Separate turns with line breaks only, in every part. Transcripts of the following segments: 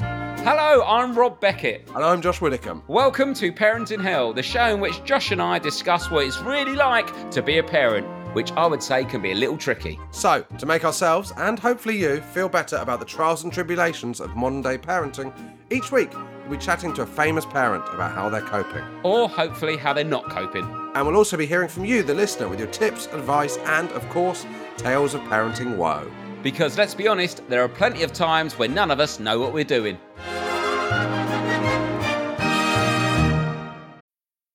Hello, I'm Rob Beckett.
And I'm Josh Widdicombe.
Welcome to Parents in Hell, the show in which Josh and I discuss what it's really like to be a parent, which I would say can be a little tricky.
So, to make ourselves and hopefully you feel better about the trials and tribulations of modern day parenting, each week we'll be chatting to a famous parent about how they're coping.
Or hopefully how they're not coping.
And we'll also be hearing from you, the listener, with your tips, advice, and, of course, tales of parenting woe.
Because let's be honest, there are plenty of times when none of us know what we're doing.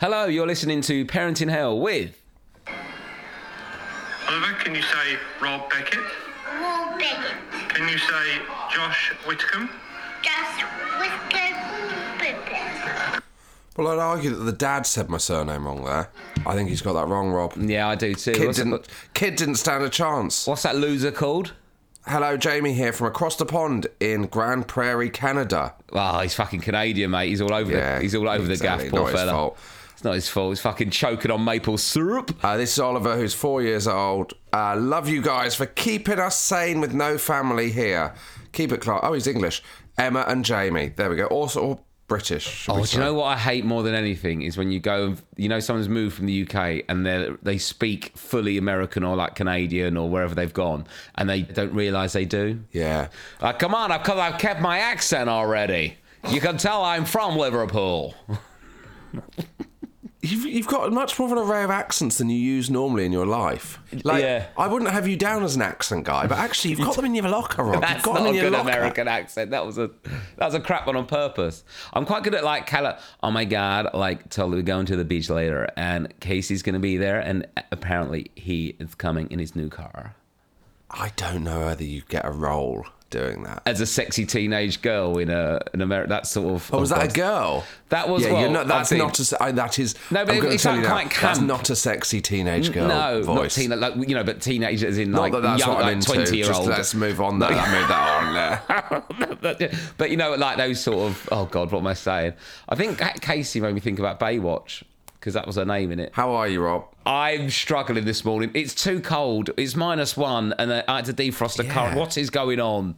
Hello, you're listening to Parenting Hell with.
Oliver, can you say Rob Beckett?
Roll Bigot.
Can you say Josh Whitcomb?
Just whisker boobies.
Well, I'd argue that the dad said my surname wrong there. I think he's got that wrong, Rob.
Yeah, I do too.
Kid
What's,
didn't,
that,
kid didn't stand a chance.
what's that loser called?
Hello, Jamie here from across the pond in Grand Prairie, Canada.
Oh, he's fucking Canadian, mate. He's all over
Yeah,
the he's all over
exactly.
the gaff, poor
Not his
fella.
fault.
It's not his fault. He's fucking choking on maple syrup.
Uh, this is Oliver, who's four years old. Uh, love you guys for keeping us sane with no family here. Keep it Clark. Oh, he's English. Emma and Jamie. There we go. Also or British. should we
Oh, do
say.
you know what I hate more than anything is when you go, and- you know, someone's moved from the UK and they they speak fully American or like Canadian or wherever they've gone, and they don't realise they do.
Yeah.
Like, come on, I've, come, I've kept my accent already. You can tell I'm from Liverpool.
You've, you've got much more of an array of accents than you use normally in your life. Like,
Yeah.
I wouldn't have you down as an accent guy, but actually, you've got them in your locker, Rob.
That's
you've got
not
them
a
in your
good
locker.
American accent. That was a that was a crap one on purpose. I'm quite good at like cala oh my god, like totally we're going to the beach later and Casey's gonna be there and apparently he is coming in his new car.
I don't know whether you get a role doing that.
As a sexy teenage girl in a in America that sort of
Oh, was that a
God.
girl?
That was-
yeah.
well,
you're not, that's
I've been-
not a. se- I- That is.
No, but
I'm
it-
gonna
it's
tell
like
you now,
quite
That's
camp.
not a sexy teenage girl.
no,
voice.
not teen like you know, but teenagers as in like
not that that's
young,
what I'm
like
into.
twenty year
Just
old.
let's move on. That I made that on there.
but, but, you know, like those sort of oh god, what am I saying? I think Casey made me think about Baywatch because that was her name in it.
How are you, Rob?
I'm struggling this morning. It's too cold. It's minus one, and I had to defrost the car.
Yeah.
What is going on?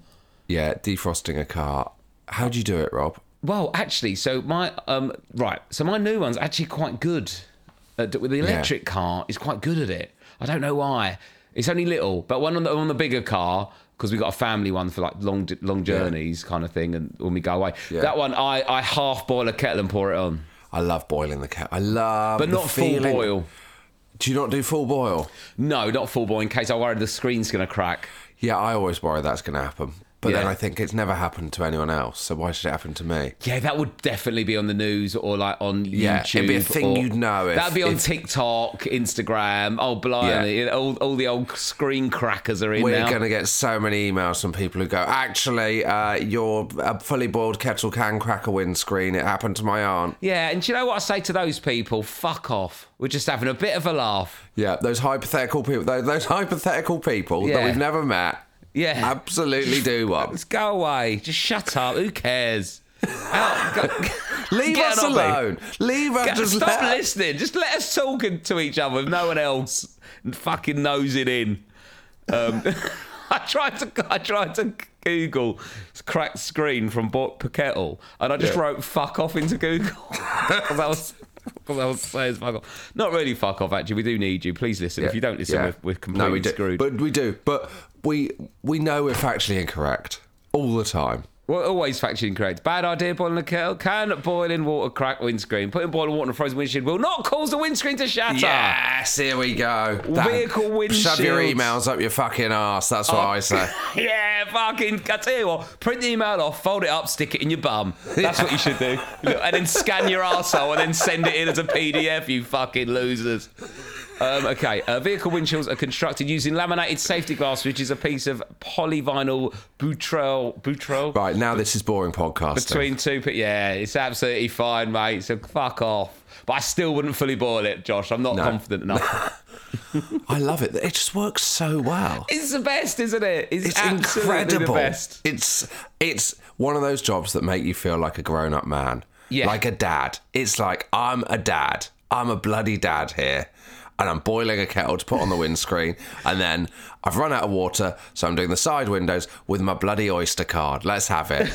Yeah, defrosting a car. How do you do it, Rob?
Well, actually, so my um right, so my new one's actually quite good. Uh, d- with the electric car is quite good at it. I don't know why. It's only little, but one on the, on the bigger car because we got a family one for like long d- long journeys kind of thing, and when we go away,
Yeah.
that one I I half boil a kettle and pour it on,
I love boiling the cat. I love,
but
Oh, the
not full
feeling-
boil.
Do you not do full boil?
No, not full boil in case I worry the screen's gonna crack.
Yeah, I always worry that's going to happen. But then
Yeah.
I think it's never happened to anyone else, so why should it happen to me?
Yeah, that would definitely be on the news or like on
Yeah,
YouTube.
it'd be a thing
or-
you'd know if-
that'd be on
if-
TikTok, Instagram. Oh, blimey!
Yeah.
All, all the old screen crackers are in
We're
now.
going to get so many emails from people who go, actually, uh, your uh, fully boiled kettle can crack a windscreen. It happened to my aunt.
Yeah, and do you know what I say to those people? Fuck off. We're just having a bit of a laugh.
Yeah, those hypothetical people, those, those hypothetical people that
Yeah.
we've never met.
Yeah.
absolutely do one.
Just go away. Just shut up. Who cares? Out, go-
Leave
Get
us
on with it.
alone. Leave us.
Go-
Just
Stop
let-
listening. Just let us talking to each other with no one else fucking nosing in. Um, I tried to I tried to Google cracked screen from Bort Paquettle and I just
Yeah.
wrote fuck off into Google because I was. Because I was saying fuck off. Not really fuck off, actually. We do need you. Please listen. If you don't listen,
Yeah.
we're, we're completely
no, we do.
screwed.
But we do. But we we know we're factually incorrect all the time.
Well, always factually incorrect. Bad idea boiling a kettle. Can boiling water crack windscreen? Putting boiling water on a frozen windshield will not cause the windscreen to shatter.
Yes, here we go.
Vehicle
Shove your
windshields. Oh.
emails up your fucking ass. That's what I say.
Yeah, fucking. I tell you what, print the email off, fold it up, stick it in your bum. That's what you should do. Look, and then scan your arsehole and then send it in as a PDF, you fucking losers. Um, okay, uh, vehicle windshields are constructed using laminated safety glass, which is a piece of polyvinyl butrel, butrel
Right, now this is boring podcasting.
between two. But yeah, it's absolutely fine, mate. So fuck off. But I still wouldn't fully boil it, Josh. I'm not
No.
confident enough.
I love it. It just works so well.
it's the best, isn't it? It's,
It's
absolutely
incredible.
the best.
It's it's one of those jobs that make you feel like a grown up man.
Yeah.
Like a dad. It's like I'm a dad. I'm a bloody dad here. And I'm boiling a kettle to put on the windscreen. And then I've run out of water, so I'm doing the side windows with my bloody oyster card. Let's have it.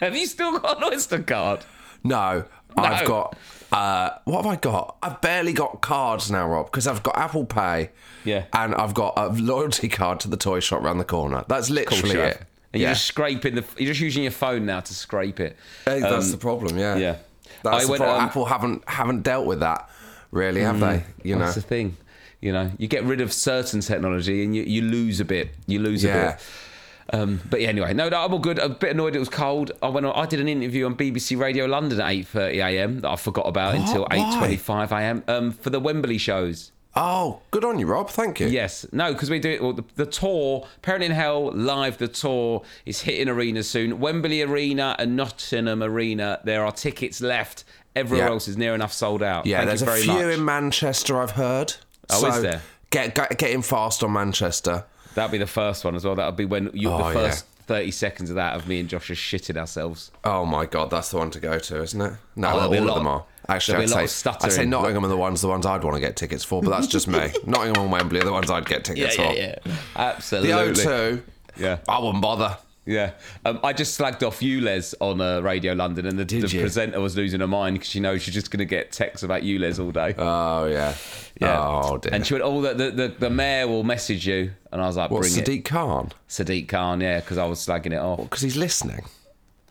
Have you still got an Oyster card?
No, I've got. Uh, what have I got? I've barely got cards now, Rob, because I've got Apple Pay.
Yeah.
And I've got a loyalty card to the toy shop round the corner. That's literally
Sure.
it.
And
yeah. Uh,
you're just scraping the. You're just using your phone now to scrape it.
Hey, that's the problem. Yeah.
um, yeah. I
That's the
went,
problem.
um, Mm,
Apple haven't haven't dealt with that really, have they? You know.
That's the thing. You know, you get rid of certain technology and you, you lose a bit. You lose a
Yeah.
bit. Um, but yeah, anyway, no, no, I'm all good. I'm a bit annoyed it was cold. I went. On, I did an interview on BBC Radio London at 8:30 a.m. that I forgot about until
Why?
8:25 a.m. Um, for the Wembley shows.
Oh, good on you, Rob. Thank you.
Yes, no, because we do it. Well, the, the tour, Parent in Hell live. The tour is hitting arenas soon. Wembley Arena and Nottingham Arena. There are tickets left. Everywhere
Yeah.
else is near enough sold out.
Yeah.
Thank
there's
you
a
very
few
much.
in Manchester. I've heard.
Oh,
so
is there?
Get, get get in fast on Manchester.
That'd be the first one as well. That'll be when you
Oh,
the
yeah.
first thirty seconds of that of me and Josh just shitting ourselves.
Oh my God, that's the one to go to, isn't it? No,
Oh, there'll
all
be a
of
lot
them
of-
are. Actually,
there'll
I'd
be a lot
say,
of
I'd say
stuttering.
Nottingham are the ones the ones I'd want to get tickets for, but that's just me. Nottingham and Wembley are the ones I'd get tickets for. The
Absolutely.
O2,
Yeah.
I wouldn't bother.
Yeah, um, I just slagged off ULEZ on uh, Radio London, and the, the
you?
presenter was losing her mind because she knows she's just going to get texts about ULEZ all day.
Oh yeah.
yeah.
Oh dear.
And she went, "Oh, the the, the, the mayor will message you," and I was like,
What's
"Bring it,
Sadiq Khan?
Sadiq Khan." Yeah, because I was slagging it off.
Because he's listening.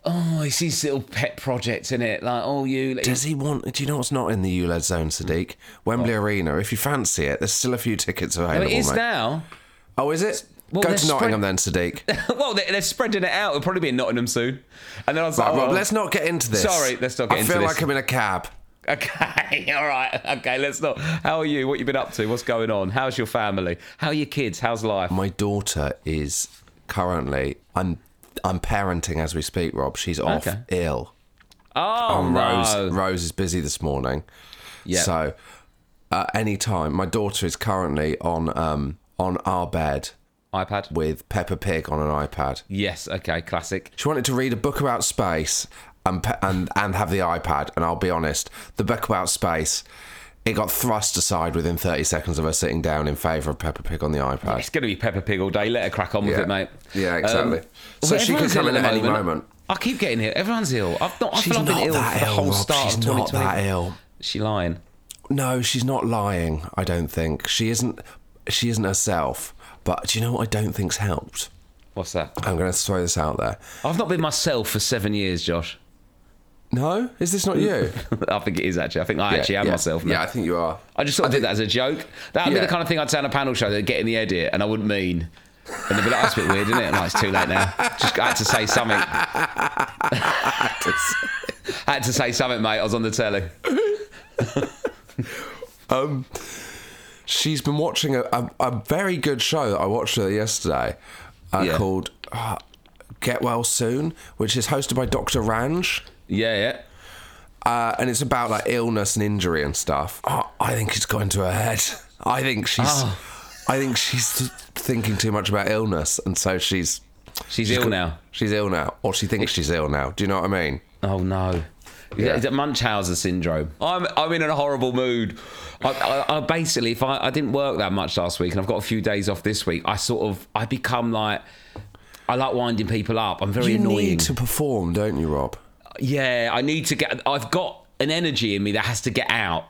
Oh, it's these little pet projects in it, like oh, you.
Does he want? Do you know what's not in the ULED zone, Sadiq? Wembley Arena. If you fancy it, there's still a few tickets
No,
available.
it is
mate.
now.
Oh, is it?
Well,
Go
they're
to Nottingham then, Sadiq.
well, they- they're spreading it out. It'll probably be in Nottingham soon. And then I was
Right,
like,
Rob,
oh,
let's not get into this.
Sorry, let's not get
I
into
feel
this.
like I'm in a cab.
Okay, all right. Okay, let's not. How are you? What you been up to? What's going on? How's your family? How are your kids? How's life?
My daughter is currently. I'm. I'm parenting as we speak, Rob. She's off
Okay.
ill.
Oh,
And
no.
Rose Rose is busy this morning.
Yeah.
So at any time, my daughter is currently on um on our bed
iPad.
with Peppa Pig on an iPad.
Yes. Okay. Classic.
She wanted to read a book about space and pe- and and have the iPad. And I'll be honest, the book about space. It got thrust aside within 30 seconds of her sitting down in favour of Peppa Pig on the iPad.
It's going to be Peppa Pig all day. Let her crack on with
Yeah.
it, mate. Um,
Yeah, exactly.
well,
So she could
everyone's
come
ill
in
the
at any moment.
I keep getting ill. Everyone's ill. I've not. I
She's
feel I've been
not
ill
that
for the
ill,
whole
Rob.
start
She's
of
not that
2020.
ill.
She lying.
No, she's not lying. I don't think she isn't. She isn't herself. But do you know what I don't think's helped?
What's that?
I'm going to throw this out there.
I've not been myself for seven years, Josh.
No, is this not you?
I think it is actually. I think I actually am
yeah,
myself now.
Yeah, I think you are.
I just sort of did that as a joke. That would be
Yeah.
the kind of thing I'd say on a panel show. They'd get in the edit, and I wouldn't mean. And they'd be like, that's a bit weird, isn't it? I'm like, it's too late now. Just had to say something. I had to say something, mate. I was on the telly.
Um, she's been watching a, a, a very good show that I watched with her yesterday uh,
Yeah.
called uh, Get Well Soon, which is hosted by Dr. Ranj.
Yeah, yeah.
Uh, and it's about like illness and injury and stuff. Oh, I think it's gone to her head. I think she's,
Oh.
I think she's thinking too much about illness, and so she's
She's ill
got-
now.
She's ill now, or she thinks she's ill now. Do you know what I mean?
Oh no. Is it- is it Munchausen syndrome? I'm I'm in a horrible mood. I, I, I basically, if I, I didn't work that much last week, and I've got a few days off this week, I sort of I become like I like winding people up. I'm very
You
annoying.
need to perform, don't you, Rob?
yeah, I need to get. I've got an energy in me that has to get out.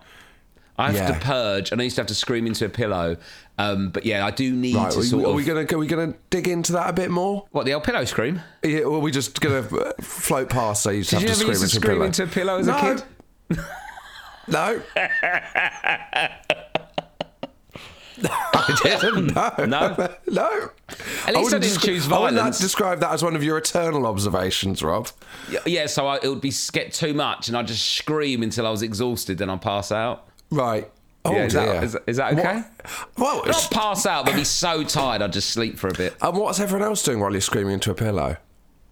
I have
Yeah.
to purge, and I used to have to scream into a pillow. Um, but yeah, I do need
Right,
to
are, we-
sort
are
of.
we gonna are we gonna dig into that a bit more?
what the old pillow scream?
Yeah, or are we just gonna uh, float past? So you just
Did
have
you
to
ever
scream
used to
into
scream
a pillow.
into a pillow as
No.
a kid?
No. I didn't. No.
No? At
no.
least I
wouldn't
didn't choose
I wouldn't
violence.
describe that as one of your eternal observations, Rob.
Yeah, Yeah, so I, it would be get too much, and I'd just scream until I was exhausted, then I'd pass out.
Right. Oh,
Yeah, is,
dear.
that, is, is that okay?
What? Well,
Not
it's-
pass out, but be so tired I'd just sleep for a bit.
and what's everyone else doing while you're screaming into a pillow?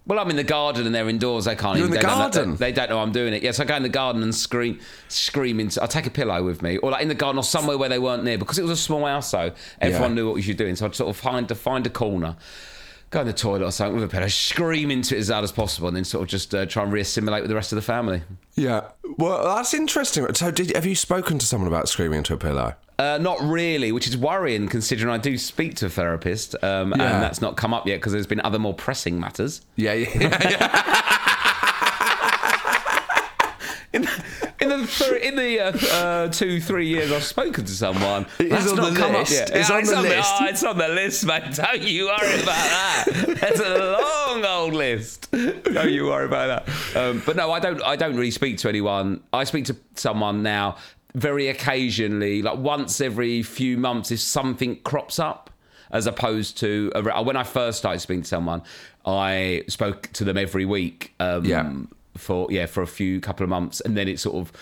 Well, I'm in the garden and they're indoors. They can't.
You're
even,
in
they
the
don't know-
garden?
they, they don't know I'm doing it. Yes, I go in the garden and scream, scream into. I take a pillow with me, or like in the garden or somewhere where they weren't near because it was a small house. So everyone
Yeah.
knew what you were doing. So I'd sort of find to find a corner, go in the toilet or something with a pillow, scream into it as loud as possible, and then sort of just uh, try and re-assimilate with the rest of the family.
Yeah. Well, that's interesting. So, did have you spoken to someone about screaming into a pillow?
Uh, not really, which is worrying considering I do speak to a therapist, um,
Yeah.
and that's not come up yet because there's been other more pressing matters.
Yeah, yeah, yeah.
In the, in the, thir- in the uh, uh, two, three years I've spoken to someone,
It is
that's
on
not
the
come
list.
up yet.
It's on the list.
oh, it's on the list, mate. Don't you worry about that. That's a long old list. Don't you worry about that. Um, but no, I don't. I don't really speak to anyone. I speak to someone now very occasionally, like once every few months, if something crops up. As opposed to a- when I first started speaking to someone, I spoke to them every week. Um,
Yeah.
for yeah for a few couple of months and then it sort of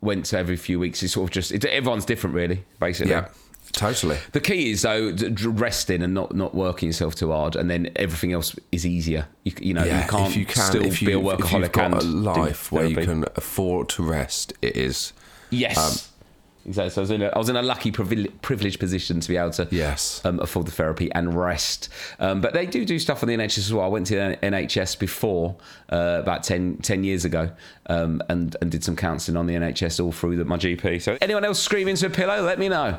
went to every few weeks it's sort of just it, everyone's different really basically
yeah. Totally.
the key is though d- d- resting and not not working yourself too hard and then everything else is easier you, c- you know
Yeah,
you can't
if you can,
still
if
be a
you've- if
workaholic
you've got
and
a
do
life where you
therapy.
can afford to rest, it is
yes Um, exactly so I was in a, I was in a lucky privil- privileged position to be able to
Yes.
um, afford the therapy and rest um, but they do do stuff on the NHS as well I went to the NHS before uh, about 10, 10 years ago um, and, and did some counselling on the NHS all through the, my GP so anyone else scream into a pillow let me know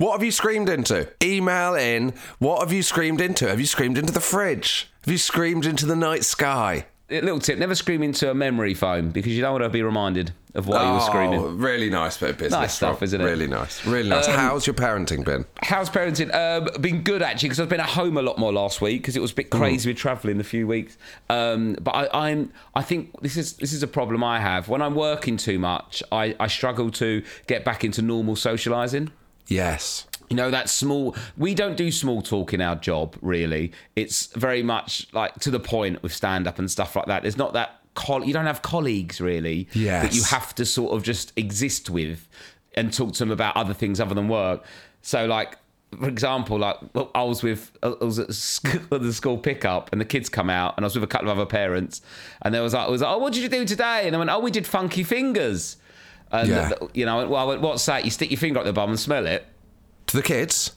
What have you screamed into? Email in. What have you screamed into? Have you screamed into the fridge? Have you screamed into the night sky?
A little tip never scream into a memory foam because you don't want to be reminded of why
Oh,
you were screaming
Really nice bit of business.
Nice stuff,
Rob.
isn't it? Um,
Really nice. Really nice. How's your parenting been?
How's parenting? Um, been good actually because I've been at home a lot more last week because it was a bit crazy with travelling the few weeks. Um, but I, I'm I think this is this is a problem I have when I'm working too much. I, I struggle to get back into normal socialising.
Yes.
You know that small. We don't do small talk in our job really. It's very much like to the point with stand up and stuff like that. There's not that. Col- you don't have colleagues really that you
Yes.
have to sort of just exist with and talk to them about other things other than work. So, like, for example, like well, I was with I was at school, at the school pickup, and the kids come out, and I was with a couple of other parents, and there was like, I was like, oh, what did you do today? And I went, oh, we did funky fingers. And
Yeah.
the- you know, I went, well, I went, what's that? You stick your finger up the bum and smell it
To the kids?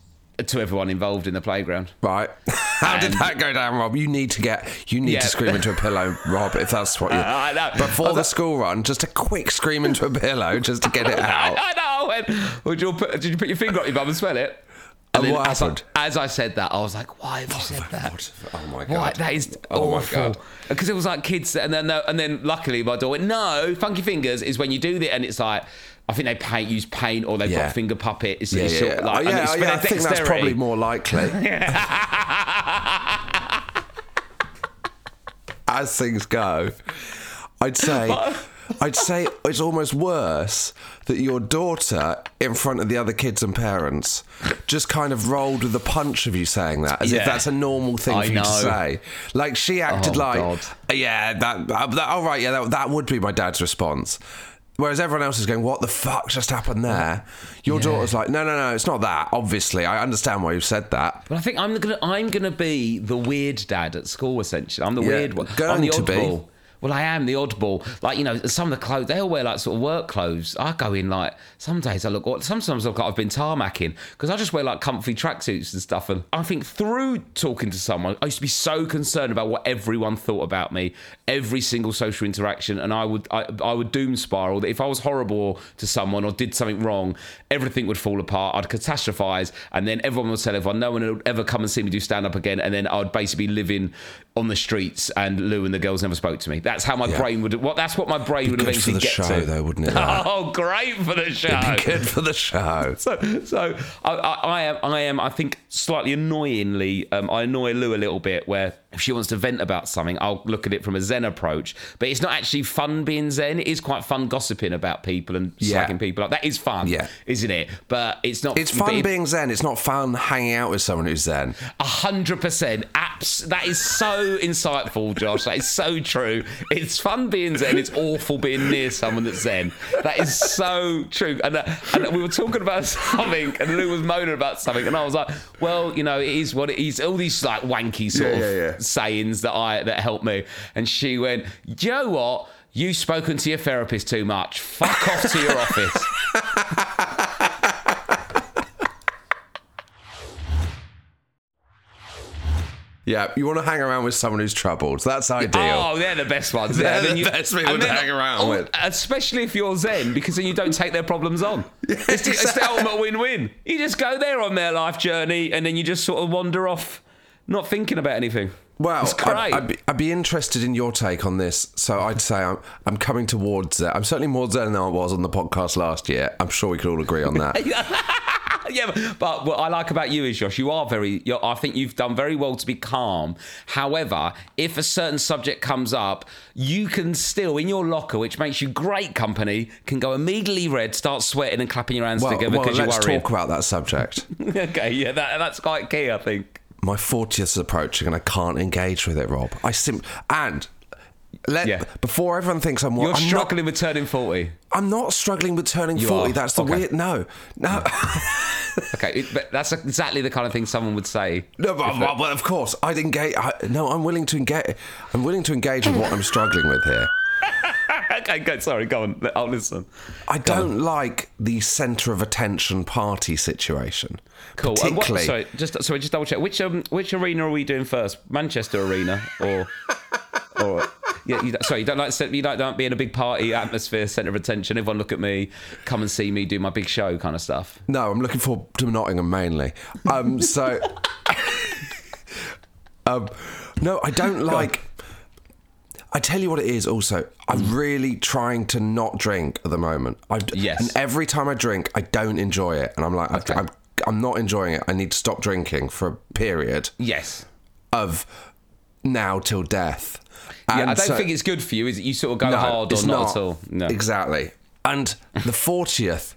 to everyone involved in the playground.
Right. How did
And-
that go down, Rob? You need to get, you need
Yeah.
to scream into a pillow, Rob, if that's what you.
I know.
Before the school run, just a quick scream into a pillow just to get it out.
I know. I went, well, did, you put, did you put your finger up your bum and smell it?
And
then
Uh, what
as I-
happened?
as I said that, I was like, "Why have you said that?"
What? Oh my god!
Why? That is
Oh my
awful.
God.
Because it was like kids, and then and then luckily my daughter went, "No, funky fingers is when you do that," and it's like I think they paint, use paint, or they've
Yeah.
got finger puppet. It's,
Yeah,
it's
yeah.
sort of like,
oh,
and
yeah,
it's
oh,
for
yeah.
their
I think that's
dexterity.
probably more likely. As things go, I'd say, I'd say it's almost worse that your daughter, in front of the other kids and parents, just kind of rolled with the punch of you saying that, as
Yeah.
if that's a normal thing
I
for you to
know.
say. Like she acted
Oh,
like,
God.
yeah, that, uh, that, all right, yeah, that, that would be my dad's response. Whereas everyone else is going, what the fuck just happened there? Your daughter's like, no, no, no, it's not that. Obviously, I understand why you've said that.
But I think I'm gonna I'm gonna be the weird dad at school essentially. I'm the
Yeah,
weird one.
going
I'm the
to be.
oddball. Well, I am the oddball. Like you know, some of the clothes they all wear like sort of work clothes. I go in like some days I look. Sometimes I look like I've been tarmacking because I just wear like comfy tracksuits and stuff. And I think through talking to someone, I used to be so concerned about what everyone thought about me, every single social interaction, and I would I, I would doom spiral that if I was horrible to someone or did something wrong, everything would fall apart. I'd catastrophize, and then everyone would tell everyone. No one would ever come and see me do stand up again, and then I'd basically be living on the streets. And Lou and the girls never spoke to me. That's how my
Yeah.
brain would. What? That's what my brain would
Good for
eventually
the
get
show,
to.
though, wouldn't it? that?
Oh, great for the show!
Good for the show.
so so I, I, I am I am I think slightly annoyingly um, I annoy Lou a little bit where if she wants to vent about something I'll look at it from a Zen approach but it's not actually fun being Zen it is quite fun gossiping about people and
Yeah.
slagging people up that is fun
Yeah.
isn't it but it's not
It's fun
it-
being zen. It's not fun hanging out with someone who's zen.
A hundred percent. Apps. That is so insightful, Josh. That is so true. It's fun being Zen. It's awful being near someone that's Zen. That is so true. And, uh, and we were talking about something, and Lou was moaning about something, and I was like, "Well, you know, it is what it is." All these like wanky sort
Yeah,
of
yeah, yeah.
sayings that I that helped me. And she went, "Do you know what? You've spoken to your therapist too much. Fuck off to your office."
Yeah, you want to hang around with someone who's troubled. That's ideal.
Oh, they're the best ones.
They're
And then
the best people
and
to
then-
hang around with.
Especially if you're Zen, because then you don't take their problems on. it's, the, it's the ultimate win win. You just go there on their life journey and then you just sort of wander off, not thinking about anything.
Well,
it's
I'd,
great.
I'd, be, I'd be interested in your take on this. So I'd say I'm, I'm coming towards it. I'm certainly more Zen than I was on the podcast last year. I'm sure we could all agree on that.
yeah, but- but what I like about you is Josh, you are very. You're, I think you've done very well to be calm. However, if a certain subject comes up, you can still in your locker, which makes you great company, can go immediately red, start sweating and clapping your hands
well,
together
well,
because
let's
you're worried.
talk about that subject.
okay, yeah, that, that's quite key, I think.
My 40th is approaching and I can't engage with it, Rob. I sim and let
Yeah.
before everyone thinks I'm, wa-
You're
I'm not
struggling with turning 40.
I'm not struggling with turning
You
40.
are.
That's the
Okay.
weird. No, no,
Okay, it, but that's exactly the kind of thing someone would say.
no. But, but, but of course, I'd engage. I, no, I'm willing to engage. I'm willing to engage with what I'm struggling with here.
okay, go, sorry, go on. I'll listen.
I don't like the centre of attention party situation.
Cool. And what,
Particularly,
sorry, just sorry, just double check. Which um, which arena are we doing first? Manchester Arena or or yeah? You, don't- sorry, you don't like you don't, don't be in a big party atmosphere, centre of attention. Everyone look at me, come and see me do my big show, kind of stuff.
no, I'm looking forward to Nottingham mainly. Um, so, um, no, I don't like. I tell you what it is. Also, I'm really trying to not drink at the moment. I've,
Yes.
And every time I drink, I don't enjoy it, and I'm like,
Okay.
I, I'm, I'm not enjoying it. I need to stop drinking for a period
Yes.
of now till death.
Yeah,
And
I don't
so-
think it's good for you. Is it? You sort of go hard or
it's
not, at all? No.
Exactly. And the 40th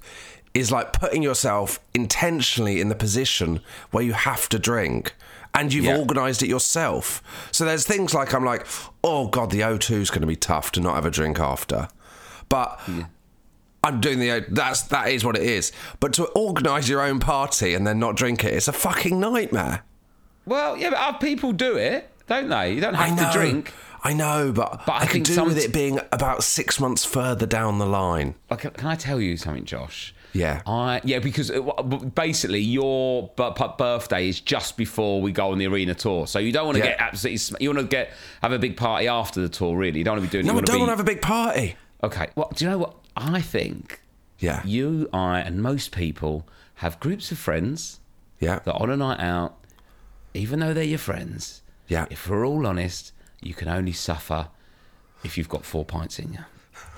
is like putting yourself intentionally in the position where you have to drink and you've
Yeah.
organized it yourself. So there's things like I'm like, oh God, the O2 is going to be tough to not have a drink after. But. I'm doing the O- that's that is what it is. But to organise your own party and then not drink it, it's a fucking nightmare.
Well, yeah, but other people do it, don't they? You don't have
I know,
to drink.
I know, but,
But I
I, can
think
do
some-
with it being about six months further down the line.
Like, can I tell you something, Josh?
Yeah.
I yeah because uh, w- w- basically your bu- bu- birthday is just before we go on the arena tour, so you don't want to
Yeah.
get absolutely. Sm- you want to get have a big party after the tour, really. You don't want to be doing.
No,
you
I don't want
wanna
to have a big party.
be- Okay. Well, do you know what I think?
Yeah.
You, I, and most people have groups of friends
yeah.
that on a night out, even though they're your friends,
Yeah.
If we're all honest, you can only suffer if you've got four pints in you.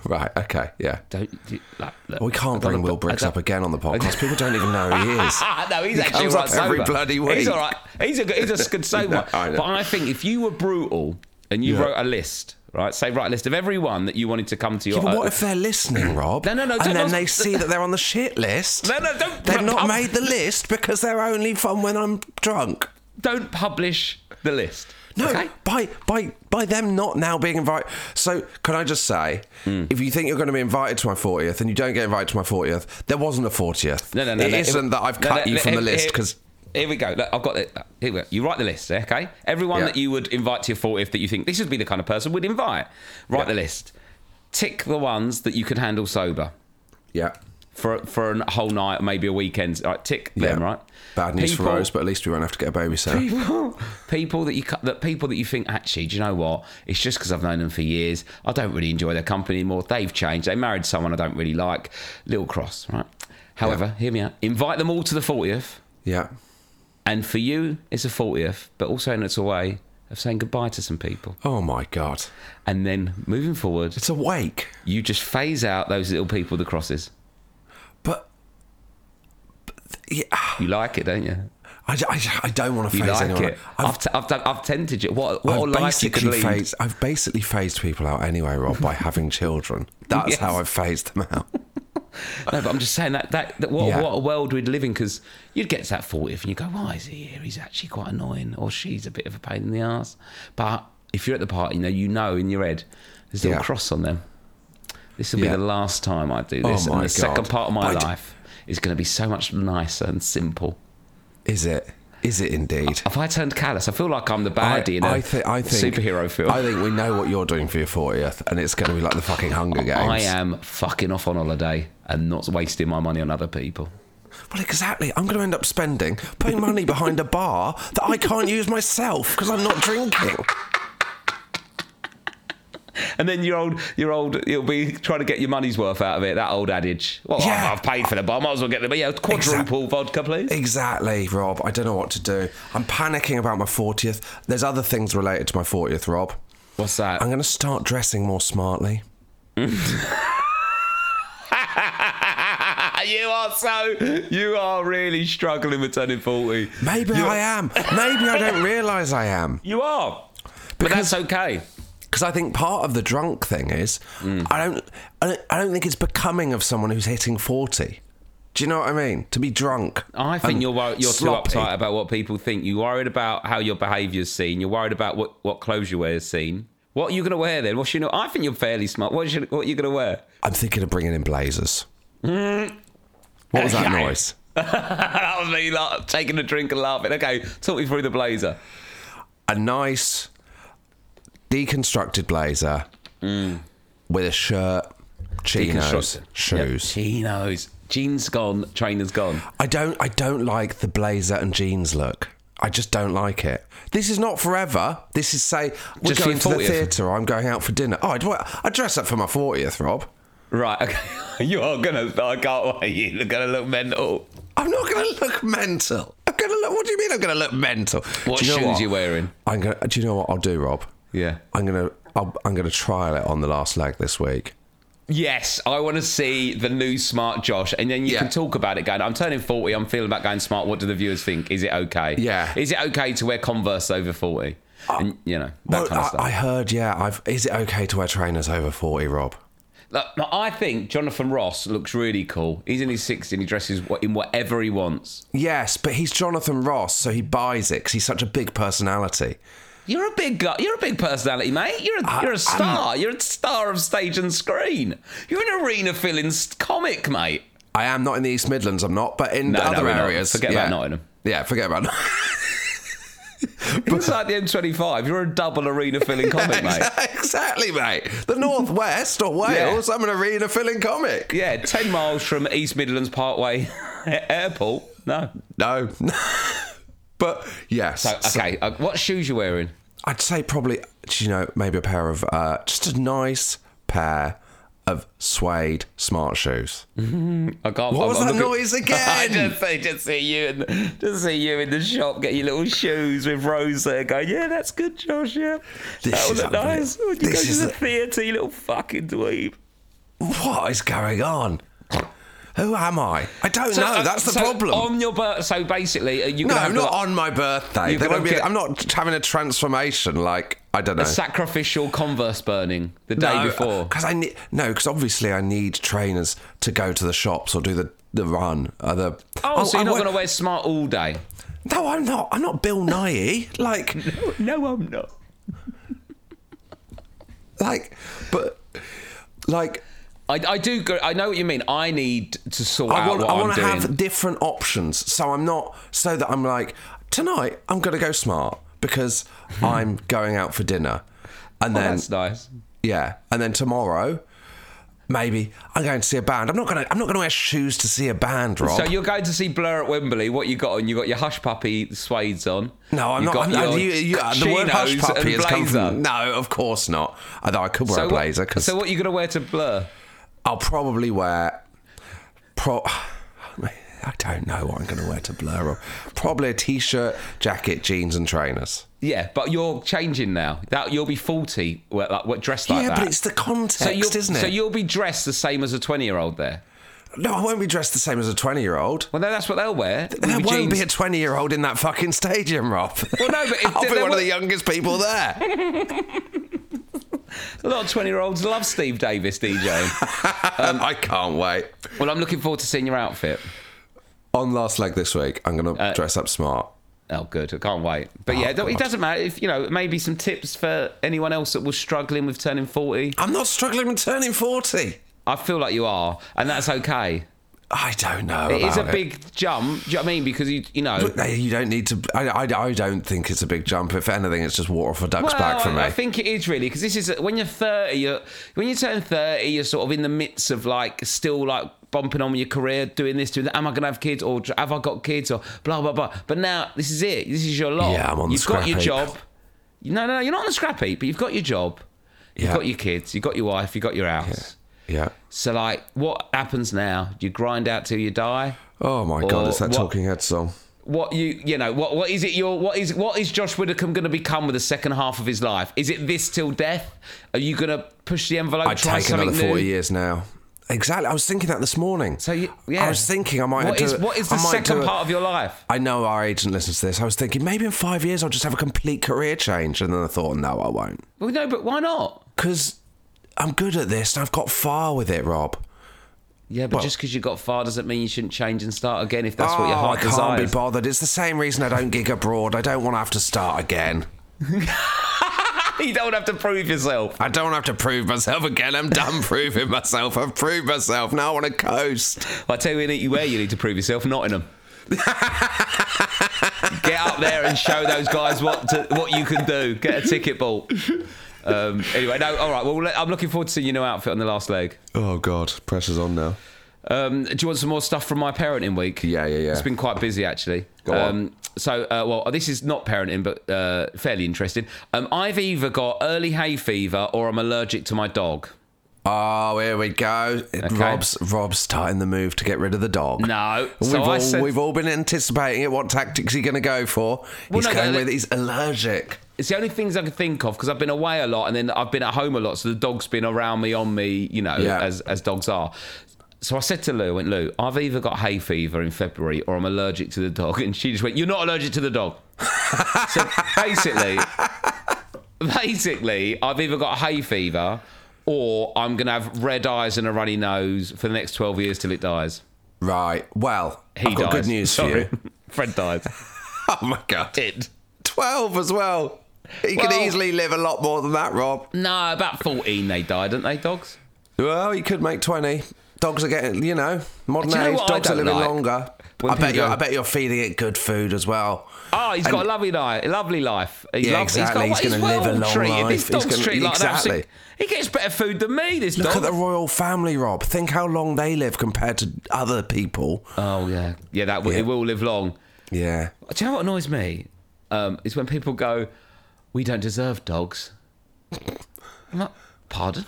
Right. Okay. Yeah.
Don't do, like. Look,
We can't
I don't
bring
know,
Will
but I
Bricks
don't-
up again on the podcast. People don't even know who he is.
Ah, no, he's
He
actually
comes
all right
up every
sober.
bloody
He's
week.
all right. He's a good- he's a good sober.
No,
one.
I know.
but I think if you were brutal and you
Yeah.
wrote a list, right? Say write a list of everyone that you wanted to come to your.
Yeah, but
uh,
what if they're listening, Rob?
No, no, no, don't-
And then
don't-
they see that they're on the shit list.
No, no, don't-
They've not
I'm-
made the list because they're only fun when I'm drunk.
don't publish the list?
No,
Okay?
by by by them not now being invited. So can I just say,
Hmm.
if you think you're going to be invited to my fortieth and you don't get invited to my fortieth, there wasn't a fortieth.
No, no, no.
It
no.
not that I've
No,
cut
no,
you
no,
from the
here-
list
here-
because
Here we go. Look, I've got it. Here we go. You write the list, eh, okay? Everyone
Yeah.
that you would invite to your 40th that you think this would be the kind of person we'd invite. Write the list. Tick the ones that you can handle sober.
yeah,
for for a whole night, maybe a weekend. Like tick them,
yeah.
right?
Bad news
people,
for Rose, but at least we won't have to get a babysitter.
people, people that you cu- that people that you think actually, do you know what? It's just because I've known them for years. I don't really enjoy their company anymore. They've changed. They married someone I don't really like. Little cross, right? However, hear me out. Invite them all to the fortieth,
Yeah.
and for you, it's a fortieth, but also in it's a way of saying goodbye to some people,
Oh my god,
and then moving forward,
it's a wake.
you just phase out those little people, with the crosses.
But, but yeah,
You like it, don't you?
I, I, I don't want to
You
phase
like
anyone.
it.
I've,
I've, t- I've, done, I've tempted you. What, what
I've
a life you could
basically
lead.
phased, I've basically phased people out anyway, Rob, by having children. That's
Yes.
how I've phased them out.
No, but I'm just saying that, that, that what,
Yeah.
what a world we'd live in because you'd get to that 40th and you go, why is he here? He's actually quite annoying or she's a bit of a pain in the ass. But if you're at the party, you know, you know in your head, There's a little
Yeah.
cross on them. This will be
Yeah.
the last time I do this.
Oh
and
my
the second
God.
part of my
I d-
life is going to be so much nicer and simple.
Is it? Is it indeed?
Have I turned callous? I feel like I'm the baddie in a
thi- I
superhero film.
I think we know what you're doing for your 40th, and it's going to be like the fucking Hunger Games.
I am fucking off on holiday and not wasting my money on other people.
Well, exactly. I'm going to end up spending, putting money behind a bar that I can't use myself because I'm not drinking.
And then your old, your old, you'll be trying to get your money's worth out of it. That old adage. Well, I've-
Yeah.
I've paid for the bar. Might as well get the yeah, quadruple vodka, please.
Exactly, Rob. I don't know what to do. I'm panicking about my 40th. There's other things related to my 40th, Rob.
What's that?
I'm going to start dressing more smartly.
you are so. You are really struggling with turning forty.
Maybe I am. Maybe I don't realise I am.
You are. But that's okay.
Because I think part of the drunk thing is
Mm.
I don't I don't I don't think it's becoming of someone who's hitting forty. Do you know what I mean? To be drunk.
I think
and
you're wor- you're
sloppy.
too uptight about what people think. You're worried about how your behaviour's seen. You're worried about what, what clothes you wear is seen. What are you going to wear then? What's your? I think you're fairly smart. What's your, what are you going to wear?
I'm thinking of bringing in blazers. What was
Mm.
that
Okay.
noise?
that was me like, taking a drink and laughing. Okay, talk me through the blazer.
A nice deconstructed blazer with a shirt,
Mm.
chinos,
Deconstructed.
shoes.
Chinos, jeans gone, trainers gone.
I don't I don't like the blazer and jeans look. I just don't like it. This is not forever. This is say we're
Just for
going to
your
the
40th.
theatre. or I'm going out for dinner. Oh, I'd, wa- I'd dress up for my fortieth, Rob.
Right, okay. you are gonna. I can't wait. You're gonna look mental.
I'm not going to look mental. I'm going to look. What do you mean? I'm going to look mental?
What
do you know
shoes
what?
you wearing?
I'm going. to Do you know what I'll do, Rob?
Yeah.
I'm going to. I'm going to trial it on the last leg this week.
Yes, I want to see the new smart Josh, and then you
Yeah.
can talk about it. Going, I'm turning forty. I'm feeling about going smart. What do the viewers think? Is it okay?
Yeah. Uh,
Is it okay to wear Converse over forty? And you know that
Well,
kind of
I,
stuff.
I heard. Yeah. I've. Is it okay to wear trainers over forty, Rob?
Look, now, I think Jonathan Ross looks really cool. He's in his 60s and he dresses wh- in whatever he wants.
Yes, but he's Jonathan Ross, so he buys it because he's such a big personality.
You're a big guy. You're a big personality, mate. You're a,
I-
you're a star. you're a star of stage and screen. You're an arena filling st- comic, mate.
I am not in the East Midlands. I'm not, but in
No, no,
other
we're not.
areas.
Forget
yeah.
about Nottingham.
Yeah, forget about Nottingham.
It's like the M25. You're a double arena filling comic, mate.
exactly, mate. The Northwest or Wales. I'm an arena filling comic.
Yeah, 10 miles from East Midlands Parkway Airport. No.
No, but yes. So
Okay, uh, what shoes you wearing?
I'd say probably do you know maybe a pair of uh, just a nice pair of suede smart shoes.
I can't.
What was that
looking-
noise again?
I just, I just see you in, just see you in the shop, get your little shoes with Rose there, going, yeah, that's good, Josh. Yeah,
This
that
is
was
unbelievable.
nice. When you
This
go
is
to the
a-
theatre, you little fucking dweeb.
What is going on? Who am I? I don't know. That's the
so
problem.
On your birth, so basically, uh, you
no,
can have
not
like,
on my birthday.
You're
There
gonna
won't be-
get-
I'm not having a transformation. Like I don't know.
sacrificial Converse burning the day before.
Because I need no, because obviously I need trainers to go to the shops or do the the run. Or the,
Oh, so
I
you're not
wear-
going to wear smart all day?
No, I'm not. I'm not Bill Nye. like,
No, I'm not.
like, but like,
I, I do. go- I know what you mean. I need to sort
I
out
want
what
I
I'm
want to
doing.
have different options. So I'm not so that I'm like tonight I'm gonna go smart because I'm going out for dinner, and
Oh,
then
that's nice.
Yeah, and then tomorrow, maybe I'm going to see a band. I'm not gonna. I'm not gonna wear shoes to see a band, Rob.
So you're going to see Blur at Wembley. What you got on? You got your hush puppy suede's on.
no, I'm
You
not.
got
I'm, I-
your
you, you, the word hush
chinos
puppy
and
has come
blazer.
from. No, of course not. Although I could wear a
what-
blazer because
so what are you going to wear to Blur?
I'll probably wear. Pro. I don't know what I'm going to wear to Blur. Rob. Probably a t-shirt, jacket, jeans, and trainers.
Yeah, but you're changing now. That you'll be forty, well, like what dressed like
yeah,
that.
but it's the context,
so you'll,
isn't it?
So you'll be dressed the same as a twenty-year-old there.
no, I won't be dressed the same as a twenty-year-old.
Well, no, that's what they'll wear. It'll
There
be
won't be
jeans.
a 20 year old in that fucking stadium, Rob.
Well, no, but if
I'll
there-
be
there
one of
wa-
the youngest people there.
a lot of twenty-year-olds love Steve Davis DJing. Um,
I can't wait.
well, I'm looking forward to seeing your outfit. Uh,
On last leg this week, I'm going to dress up smart.
Oh, good. I can't wait. But yeah, it doesn't matter if you know maybe some tips for anyone else that was struggling with turning forty.
I'm not struggling with turning 40.
I feel like you are, and that's okay.
I don't know.
It is a
about
big jump. Do you know what I mean? Because you you know.
No, you don't need to. I, I, I don't think it's a big jump. If anything, it's just water off a duck's back for
I,
me.
I think it is really because this is when you're 30. You're, when you turn 30, you're sort of in the midst of like still like bumping on with your career, doing this, doing that. Am I going to have kids or have I got kids or blah blah blah. But now this is it. This is your lot.
Yeah, I'm on the
You've got
scrap
your
heap.
job. No, no, no, you're not on the scrap heap, but you've got your job. You've
Yeah.
got your kids. You've got your wife. You've got your house.
yeah.
So like, what happens now? Do you grind out till you die?
Oh my god,
Or
it's that
what-
Talking Head song.
what you you know what what is it your what is what is Josh Widdicombe going to become with the second half of his life? Is it this till death? Are you going to push the envelope?
I'd
try
take
something
another 40
new?
years now. Exactly. I was thinking that this morning.
So you, yeah,
I was thinking I might
What
do
is
it-
what is
I
the
might do
second
it.
part of your life?
I know our agent listens to this. I was thinking maybe in five years I'll just have a complete career change, and then I thought, no, I won't,
Well, no, but why not?
because I'm good at this and I've got far with it, Rob.
Yeah, but
Well-
just because you got far doesn't mean you shouldn't change and start again if that's what
oh,
your heart
I can't
desires.
be bothered. It's the same reason I don't gig abroad. I don't want to have to start again.
you don't have to prove yourself.
I don't have to prove myself again. I'm done proving myself. I've proved myself. Now I want to coast.
I tell you, you where you need to prove yourself, Nottingham. Get up there and show those guys what to, what you can do. Get a ticket ball. Um, anyway, no, all right. Well, let- I'm looking forward to seeing your new outfit on the last leg.
Oh God, pressure's on now.
Um, do you want some more stuff from my parenting week?
Yeah, yeah, yeah.
It's been quite busy actually.
Go on.
so, uh, well, this is not parenting, but uh, fairly interesting. Um, I've either got early hay fever or I'm allergic to my dog.
Oh, here we go. Rob's Rob's starting the move to get rid of the dog.
No.
We've,
So I
all,
said-
we've all been anticipating it. What tactics he going to go for?
Well,
he's
no,
going
no,
with
no.
he's allergic.
It's the only things I can think of because I've been away a lot and then I've been at home a lot. So the dog's been around me, on me, you know,
Yeah.
as, as dogs are. So I said to Lou, I went, Lou, I've either got hay fever in February or I'm allergic to the dog. And she just went, You're not allergic to the dog. so basically, basically, I've either got hay fever or I'm going to have red eyes and a runny nose for the next 12 years till it dies.
Right. Well,
He
I've
dies.
got good news
Sorry.
for you.
Fred dies.
Oh my God.
Did.
Twelve as well. He could
Well-
easily live a lot more than that, Rob.
No, about 14 they die, don't they, dogs?
Well, he could make twenty. Dogs are getting, you know, modern
Do you know
age.
what I
dogs are
don't
living
like?
longer.
When
I bet
people go-
you. I bet you're feeding it good food as well.
Oh, he's
And-
got a lovely life. Lovely life. He's
Yeah,
lovely.
exactly. He's gonna live a long
treated.
life.
This
He's
dog's
gonna-
treated like an
exactly.
absolute- He gets better food than me. This
Look
dog.
at the royal family, Rob. Think how long they live compared to other people.
oh yeah, yeah. That will,
Yeah.
it will live long.
Yeah.
Do you know what annoys me? Um, is when people go, "We don't deserve dogs." I'm like, pardon?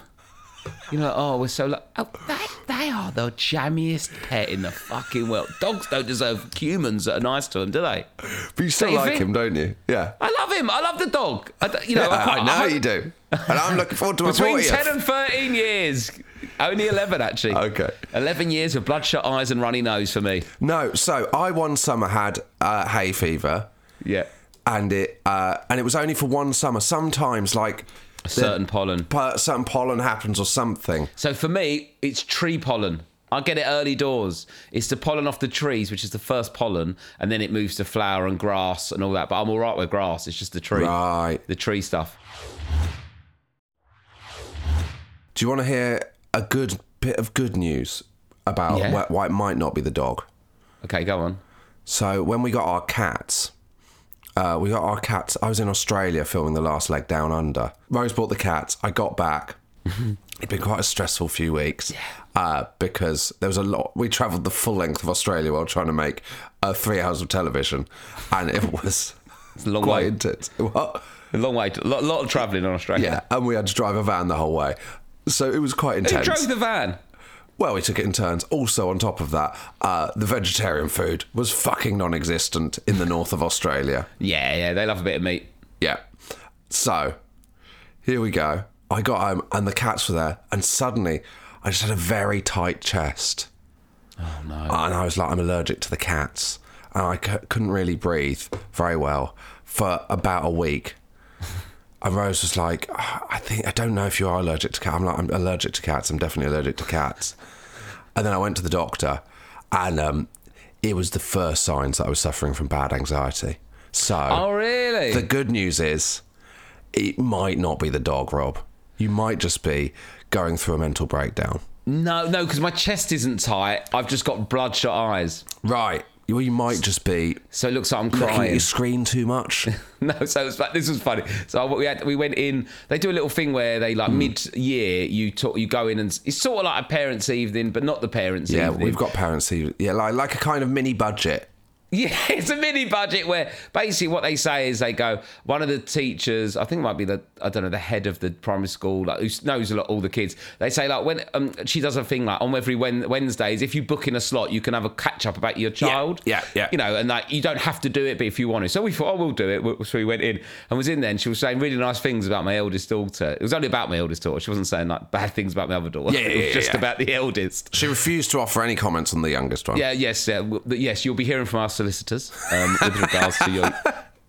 You know, oh, we're so like, oh, they, they are the jammiest pet in the fucking world. Dogs don't deserve humans that are nice to them, do they?
But you still
Don't you like think- him,
don't you? Yeah.
I love him. I love the dog. I, d- you know, I, quite-
I know
I-
you do. And I'm looking forward to my
Between
40th.
10 and 13 years. Only 11, actually.
Okay.
11 years of bloodshot eyes and runny nose for me.
No, so I one summer had uh, hay fever,
Yeah.
and it uh, and it was only for one summer. Sometimes, like
A certain pollen.
po- certain pollen happens or something.
So for me, it's tree pollen. I get it early doors. It's the pollen off the trees, which is the first pollen, and then it moves to flower and grass and all that. But I'm all right with grass. It's just the tree.
Right.
The tree stuff.
Do you want to hear a good bit of good news about
Yeah.
wh- why it might not be the dog?
Okay, go on.
So when we got our cats, uh, we got our cats. I was in Australia filming the last leg down under. Rose bought the cats. I got back.
Mm-hmm.
It'd been quite a stressful few weeks uh, because there was a lot. We travelled the full length of Australia while trying to make uh, three hours of television, and it was
It's a long
quite
way.
intense. What?
A long way. A lot, lot of travelling on Australia.
Yeah, and we had to drive a van the whole way, so it was quite
Who
intense.
drove the van?
Well, we took it in turns. Also, on top of that, uh, the vegetarian food was fucking non existent in the north of Australia.
Yeah, yeah. They love a bit of meat.
Yeah. So, here we go. I got home and the cats were there, and suddenly I just had a very tight chest. Oh, no. And I was like, I'm allergic to the cats. And I c- couldn't really breathe very well for about a week. And Rose was like, "Oh, I think, I don't know if you are allergic to cats. I'm like, I'm allergic to cats. I'm definitely allergic to cats. And then I went to the doctor, and um, it was the first signs that I was suffering from bad anxiety. So,
Oh, really?
the good news is it might not be the dog, Rob. You might just be going through a mental breakdown.
no, no, because my chest isn't tight. I've just got bloodshot eyes.
Right. You, you might just be
So it looks like I'm
looking at
crying.
your screen too much.
No, so it was, fu- this was funny. So I- we had, we went in. They do a little thing where they
Hmm.
like mid year you talk you go in and s- it's sort of like a parents' evening, but not the parents'
yeah,
evening.
we've got parents who, yeah, like, like a kind of mini budget.
Yeah, it's a mini budget where basically what they say is they go, one of the teachers, I think it might be the, I don't know, the head of the primary school, like who knows a lot, all the kids. They say like when um, she does a thing like on every Wen- Wednesdays, if you book in a slot, you can have a catch up about your child.
yeah, yeah.
You know, and like you don't have to do it, but if you want to. So we thought, oh, we'll do it. We- So we went in and was in there and she was saying really nice things about my eldest daughter. It was only about my eldest daughter. She wasn't saying like bad things about my other daughter.
Yeah, yeah,
it was
yeah,
just
yeah.
about the eldest.
She refused to offer any comments on the youngest one.
Yeah, yes, yeah, w- th- yes. You'll be hearing from our solicitors um, with regards to your.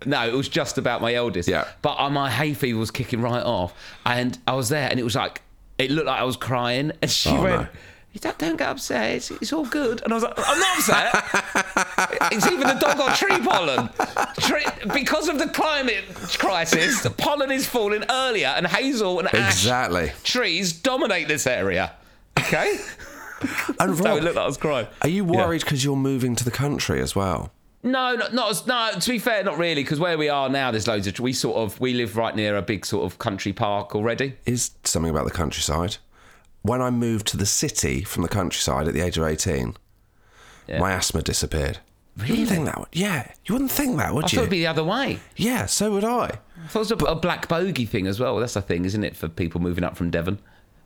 No, it was just about my eldest.
Yeah.
But uh, my hay fever was kicking right off, and I was there, and it was like it looked like I was crying, and she
Oh,
went.
no.
"You Don't, don't get upset. It's, it's all good. And I was like, I'm not upset. it's even the dog got tree pollen. Tree, because of the climate crisis, the pollen is falling earlier, and hazel and
Exactly.
ash trees dominate this area. Okay.
And
so it
Rob,
looked like I was crying.
are you worried because you're moving to the country as well?
No, not, not as, no. To be fair, not really, because where we are now, there's loads of we sort of we live right near a big sort of country park already.
Is something about the countryside. When I moved to the city from the countryside at the age of 18, my asthma disappeared. Really? You wouldn't think that would, yeah. You wouldn't think that, would
I
you?
thought it'd be the other way.
yeah, so would I.
I thought it was a, a black bogey thing as well. That's a thing, isn't it, for people moving up from Devon,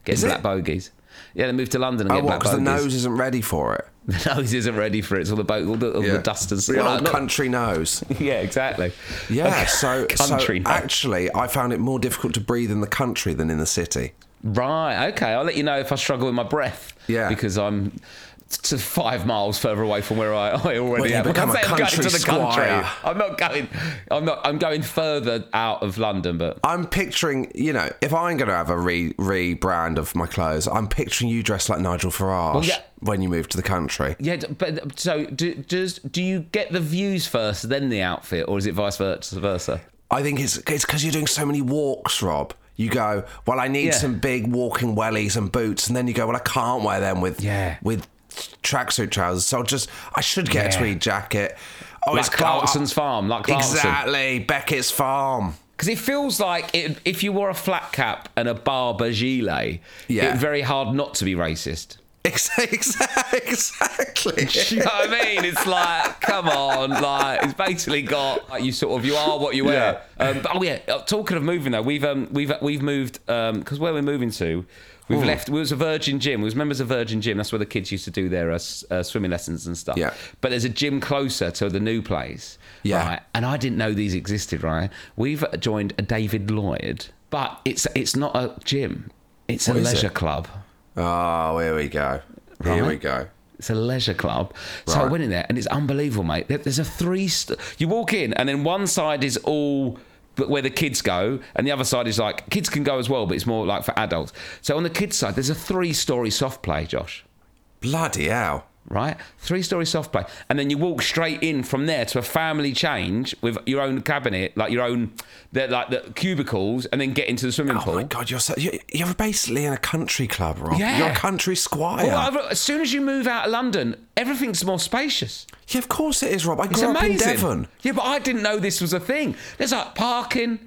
getting
Is it?
black bogies? Yeah, they move to London and
Oh,
get
what?
black
Because the
bogies.
nose isn't ready for it.
The nose isn't ready for it. It's all the bo- all the, all
Yeah.
the dust and
The
well,
old
not-
country nose.
Yeah, exactly.
Yeah,
Okay,
so, so
country. nose.
actually, I found it more difficult to breathe in the country than in the city.
Right. Okay. I'll let you know if I struggle with my breath.
Yeah.
Because I'm t- to five miles further away from where I, I already
you
am. I
become
can't
a
say I'm
country
going to the
squire.
country. I'm not going. I'm not. I'm going further out of London. But
I'm picturing, you know, if I'm going to have a re rebrand of my clothes, I'm picturing you dressed like Nigel Farage
Well, yeah.
when you move to the country.
yeah. d- But so do, does do you get the views first, then the outfit, or is it vice versa? versa?
I think it's it's because you're doing so many walks, Rob. You go, well, I need
Yeah.
some big walking wellies and boots, and then you go, well, I can't wear them with
Yeah.
with tracksuit trousers. So I'll just I should get a
Yeah.
tweed jacket. Oh,
Like
it's cold.
Clarkson's farm, like Clarkson.
Exactly, Beckett's farm.
Because it feels like it, if you wore a flat cap and a barber gilet,
Yeah.
it's very hard not to be racist.
Ex- ex- Exactly.
Do you know what I mean? It's like, come on, like it's basically got like, you sort of you are what you wear. Um, but, oh yeah, uh, talking of moving though, we've um, we've we've moved because where we're moving to, we've left. We was a Virgin Gym. We was members of Virgin Gym. That's where the kids used to do their uh, s- uh, swimming lessons and stuff.
Yeah.
But there's a gym closer to the new place.
Yeah.
Right. And I didn't know these existed. Right. We've joined a David Lloyd, but it's it's not a gym. It's a
What is it?
leisure club.
Oh, here we go.
Right.
Here we go.
It's a leisure club. So I
Right.
went in there and it's unbelievable, mate. There- There's a three. St- you walk in and then one side is all but where the kids go and the other side is like kids can go as well, but it's more like for adults. So on the kids side, there's a three-story soft play, Josh.
Bloody hell.
Right, three-story soft play, and then you walk straight in from there to a family change with your own cabinet, like your own, they're like the cubicles, and then get into the swimming
Oh
pool.
my god, you're so you- you're basically in a country club, Rob.
Yeah.
You're a country squire.
Well, I've- as soon as you move out of London, everything's more spacious.
yeah, of course it is, Rob. I
It's
grew up in
amazing.
Devon.
Yeah, but I didn't know this was a thing. There's like parking.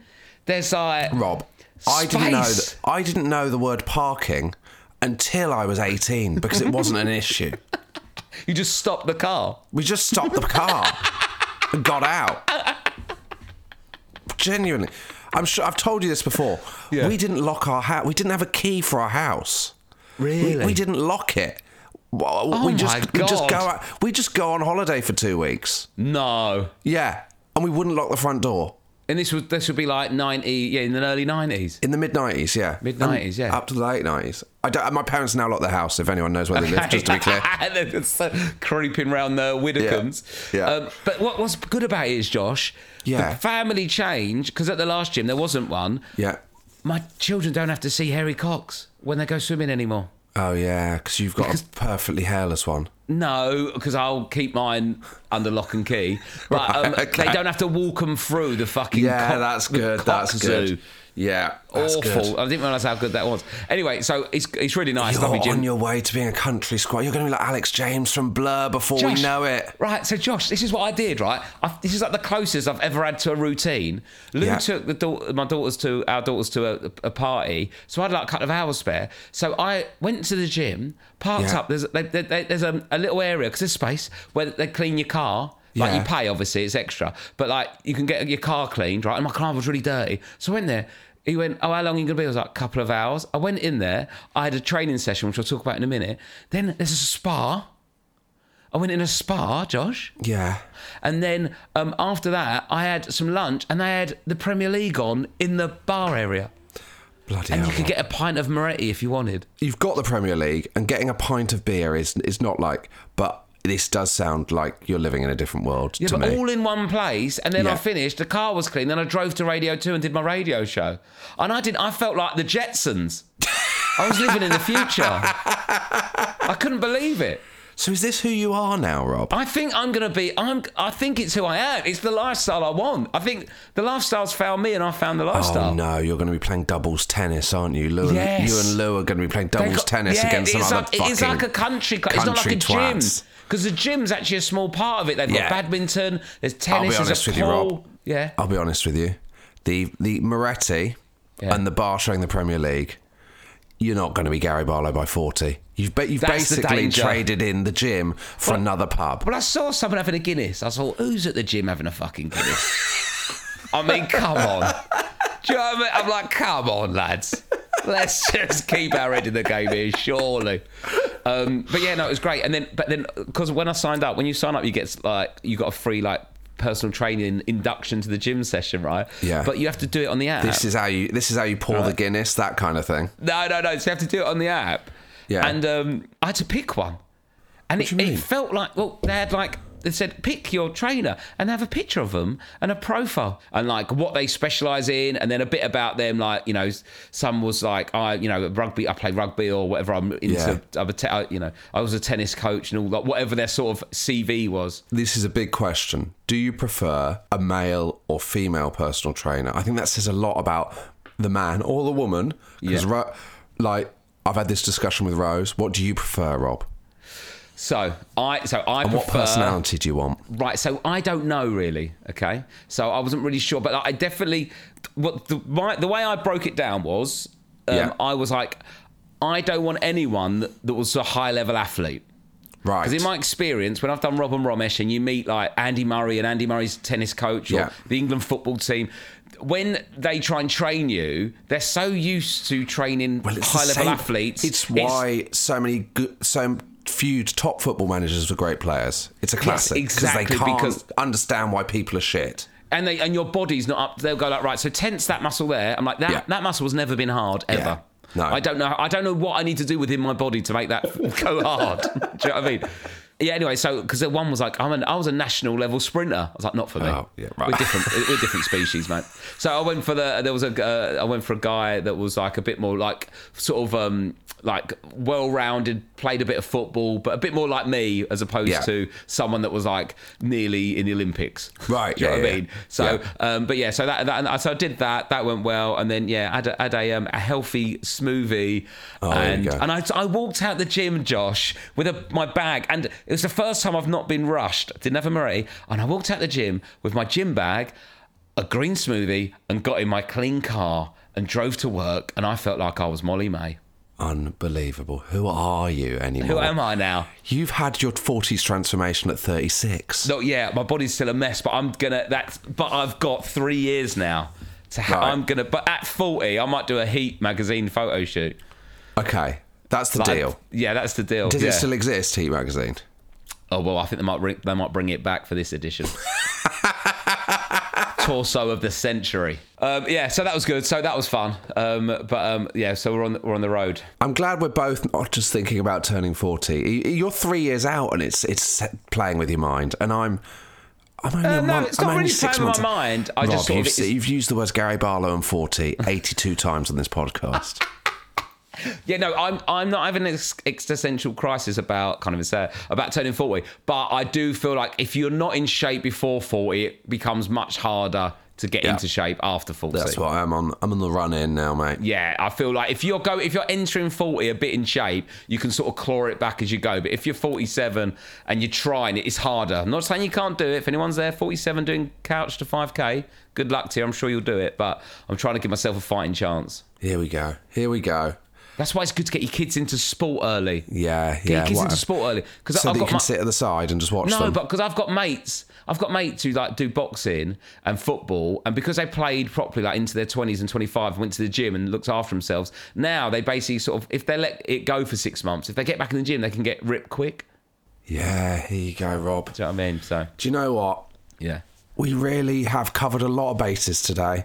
There's like
Rob, I didn't know
Space.
that I didn't know the word parking until I was 18 because it wasn't an issue.
you just stop the car.
We just stopped the car and got out. Genuinely. I'm sure I've told you this before.
Yeah.
We didn't lock our house. We didn't have a key for our house.
Really?
We, we didn't lock it. Well,
Oh
we just
my
we
God.
just go out, we just go on holiday for 2 weeks.
No.
Yeah. And we wouldn't lock the front door
And this would this would be like ninety, yeah, in the early nineties.
in the mid 90s, yeah.
Mid 90s,
And
yeah.
um, Up to the late 90s. I don't, my parents now lock their house if anyone knows where they live just to be clear.
creeping round the Widdicombe's. Um,
Yeah.
but what, what's good about it is, Josh,
Yeah.
the family change, because at the last gym there wasn't one.
Yeah.
My children don't have to see Harry Cox when they go swimming anymore.
Oh yeah, because you've got a perfectly hairless one.
No, because I'll keep mine under lock and key. But um,
Right, okay.
they don't have to walk them through the fucking.
Yeah,
cock-
that's
the
good.
cock
That's
zoo.
good. Yeah, that's
Awful.
good.
I didn't realise how good that was. Anyway, so it's it's really nice.
You're
Lovely Jim.
on your way to being a country squire. You're going to be like Alex James from Blur before
Josh,
we know it.
Right, so Josh, this is what I did, right? I, this is like the closest I've ever had to a routine. Lou
Yeah.
took the daugh- my daughters to our daughters to a, a party, so I had like a couple of hours spare. So I went to the gym, parked
Yeah.
up. There's they, they, they- there's a, a little area because there's space where they clean your car. Like
Yeah.
you pay, obviously, it's extra, but like you can get your car cleaned, right? And my car was really dirty, so I went there. He went, Oh, how long are you going to be? I was like, couple of hours. I went in there. I had a training session, which I'll talk about in a minute. Then there's a spa. I went in a spa, Josh,
Yeah.
and then um, after that, I had some lunch, and they had the Premier League on in the bar area,
Bloody
and
hell.
you could get a pint of Moretti if you wanted.
You've got the Premier League, and getting a pint of beer is is not like, but this does sound like you're living in a different world
Yeah,
to
but
me.
all in one place, and then I
Yeah.
finished. The car was clean, then I drove to Radio Two and did my radio show, and I did. I felt like the Jetsons. I was living in the future. I couldn't believe it.
so is this who you are now, Rob?
I think I'm going to be. I'm. I think it's who I am. It's the lifestyle I want. I think the lifestyle's found me, and I found the lifestyle.
Oh no, you're going to be playing doubles tennis, aren't you? Lou and,
Yes.
You and Lou are going to be playing
They
doubles
got-
tennis
yeah,
against some
it's
other
like, It is
fucking
like a country club. It's not like a
country twats.
gym. Because the gym's actually a small part of it. They've
Yeah.
got badminton, there's tennis,
honest
there's
with
a
you,
pool.
Rob.
Yeah.
I'll be honest with you. The the Moretti
Yeah.
and the bar showing the Premier League, you're not going to be Gary Barlow by 40. You've, ba- you've
That's the
basically
danger.
traded in the gym for another pub.
Well, I saw someone having a Guinness. I thought, who's at the gym having a fucking Guinness? I mean, come on. Do you know what I mean? I'm like, come on, lads. Let's just keep our head in the game here, surely. Um, but yeah, no, it was great. And then, but then, because when I signed up, when you sign up, you get like, you got a free like personal training induction to the gym session, right?
Yeah.
But you have to do it on the app.
this is how you this is how you pour the Guinness, that kind of thing.
No, no, no. So you have to do it on the app.
Yeah.
And um, I had to pick one. And it,
do you
it
mean?
felt like, well, they had like, they said, pick your trainer and they have a picture of them and a profile and like what they specialize in and then a bit about them. Like, you know, s- some was like, I, you know, rugby, I play rugby or whatever. I'm into, I'm a te- I- you know, I was a tennis coach and all that, whatever their sort of CV was.
This is a big question. Do you prefer a male or female personal trainer? I think that says a lot about the man or the woman. Because,
Yeah.
Ro- like, I've had this discussion with Rose. What do you prefer, Rob?
So I, so I
And what
prefer-
personality do you want?
Right, so I don't know really. Okay, so I wasn't really sure, but I definitely what the my, the way I broke it down was, um,
Yeah.
I was like, I don't want anyone that, that was a high level athlete.
Right.
Because in my experience, when I've done Rob and Romesh, and you meet like Andy Murray and Andy Murray's tennis coach or
Yeah.
the England football team, when they try and train you, they're so used to training
Well, it's the
high level
same-
athletes.
It's why so many, good, so few top football managers were great players. It's a classic
exactly,
they can't
because-
understand why people are shit.
and they and your body's not up. They'll go like, right, so tense that muscle there. I'm like, that
Yeah.
that muscle has never been hard ever.
Yeah. No.
I don't know. I don't know what I need to do within my body to make that go hard. do you know what I mean? Yeah. Anyway, so because the one was like, I'm an, I was a national level sprinter. I was like, not for me.
Oh, yeah, right.
We're different. we're different species, mate. So I went for the. There was a. Uh, I went for a guy that was like a bit more like sort of um like well-rounded, played a bit of football, but a bit more like me as opposed
Yeah.
to someone that was like nearly in the Olympics.
Right,
Do you know
yeah,
what I
yeah.
mean? So,
Yeah.
um, but yeah, so that, that and so I did that. That went well, and then yeah, I had a, had a, um, a healthy smoothie,
Oh, there you
and
go.
and I, I walked out the gym, Josh, with a, my bag, and it was the first time I've not been rushed. I didn't have a Marie, and I walked out the gym with my gym bag, a green smoothie, and got in my clean car and drove to work, and I felt like I was Molly May.
Unbelievable. Who are you anymore?
Who am I now?
You've had your 40s transformation at 36.
No, yeah, my body's still a mess, but I'm gonna. That's but I've got three years now. To ha-
Right.
I'm gonna. But at forty, I might do a Heat magazine photo shoot.
Okay, that's the
Like,
deal.
Yeah, that's the deal.
Does
yeah.
it still exist, Heat Magazine?
oh well, I think they might bring, they might bring it back for this edition. Torso of the century. Um, yeah, so that was good. So that was fun. Um, but um, yeah, so we're on the, we're on the road.
I'm glad we're both not just thinking about turning 40. Y- You're three years out and it's it's set- playing with your mind. And I'm. I'm only
Uh,
a
no,
month,
it's not
I'm only
really
six
playing with
months
my mind. I
Rob,
just sort of-
you've, s- you've used the words Gary Barlow and 40 82 times on this podcast.
Yeah, no, I'm I'm not having an ex- existential crisis about kind of insane, about turning forty, but I do feel like if you're not in shape before forty, it becomes much harder to get
Yeah.
into shape after forty.
That's what I'm on. I'm on the run in now, mate.
Yeah, I feel like if you're go if you're entering forty a bit in shape, you can sort of claw it back as you go. But if you're forty seven and you're trying, it's harder. I'm not saying you can't do it. If anyone's there, forty seven doing couch to five k, good luck to you. I'm sure you'll do it. But I'm trying to give myself a fighting chance.
Here we go. Here we go.
That's why it's good to get your kids into sport early.
Yeah,
Get
yeah.
your kids
what-
into sport early because
so
I've
that you
got
can
my,
sit at the side and just watch
no,
them.
but because I've got mates, I've got mates who like do boxing and football, and because they played properly, like into their twenties and twenty five, went to the gym and looked after themselves. Now they basically sort of, if they let it go for six months, if they get back in the gym, they can get ripped quick.
yeah, here you go, Rob.
Do you know what I mean? So
Do you know what?
yeah,
We really have covered a lot of bases today.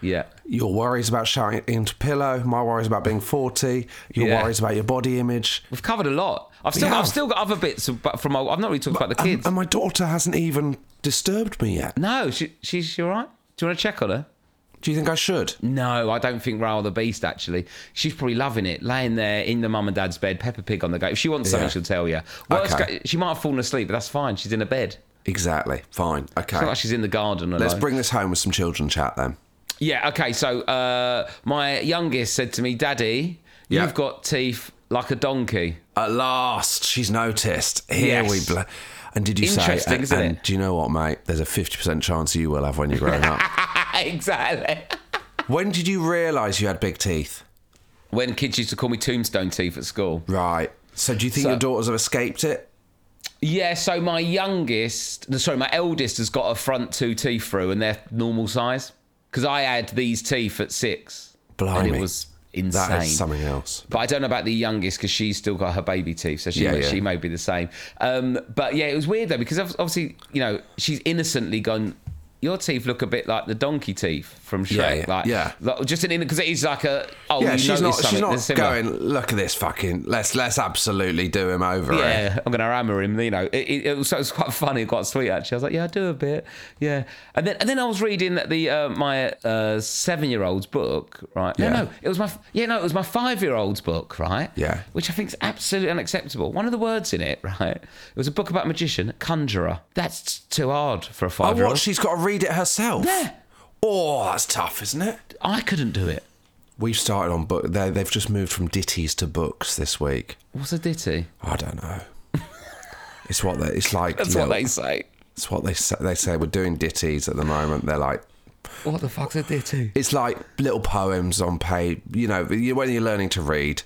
yeah,
Your worries about shouting into pillow, my worries about being 40, your
Yeah.
worries about your body image.
we've covered a lot. I've still,
have.
I've still got other bits of, but from. I've not really talked about the
And-
kids.
Um, and my daughter hasn't even disturbed me yet.
no, she, she's she all right. Do you want to check on her?
Do you think I should?
No, I don't think Raoul the Beast actually. She's probably loving it, laying there in the mum and dad's bed, Peppa Pig on the go. If she wants something,
Yeah.
she'll tell you. Worst
Okay.
ca- she might have fallen asleep, but that's fine. She's in a bed.
Exactly. Fine.
It's
Okay.
not like she's in the garden alone.
Let's bring this home with some children chat then.
yeah, okay. So uh, my youngest said to me, Daddy,
Yeah.
you've got teeth like a donkey.
At last, she's noticed. Here
Yes.
we bla And did you say?
Interesting,
and-
isn't
and
it?
Do you know what, mate? There's a fifty percent chance you will have when you're grown up.
exactly.
when did you realise you had big teeth?
When kids used to call me tombstone teeth at school.
Right. So do you think
So-
your daughters have escaped it?
Yeah, so my youngest, no, sorry, my eldest has got a front two teeth through and they're normal size. Because I had these teeth at six. And
Blimey.
it was insane.
That is something else.
But I don't know about the youngest because she's still got her baby teeth, so she
Yeah,
may,
yeah.
she may be the same. Um, but yeah, it was weird though because ob- obviously you know she's innocently gone. Your teeth look a bit like the donkey teeth from Shrek,
Yeah, yeah,
like
yeah.
like, just an because it is like a oh
Yeah,
you
she's
noticed
not.
something.
She's
They're
not
similar.
going. Look at this fucking. Let's let's absolutely do him over. eh?"
Yeah, I'm gonna hammer him. You know, it, it, it, was, it was quite funny, quite sweet actually. I was like, yeah, I do a bit, yeah. And then and then I was reading that the uh, my uh, seven year old's book, right? No,
Yeah.
no, it was my f- yeah, no, it was my five year old's book, right?
Yeah.
Which I think is absolutely unacceptable. One of the words in it, right? It was a book about a magician, conjurer. That's too hard for a
Oh,
five year
what?
old.
She's got to read it herself.
Yeah.
Oh, that's tough, isn't it?
I couldn't do it.
We've started on book. They they've just moved from ditties to books this week.
What's a ditty?
I don't know. it's what they. It's like
That's
you
what
know,
they say.
It's what they say. They say we're doing ditties at the moment. They're like.
What the fuck's a ditty?
It's like little poems on page. You know, you- when you're learning to read.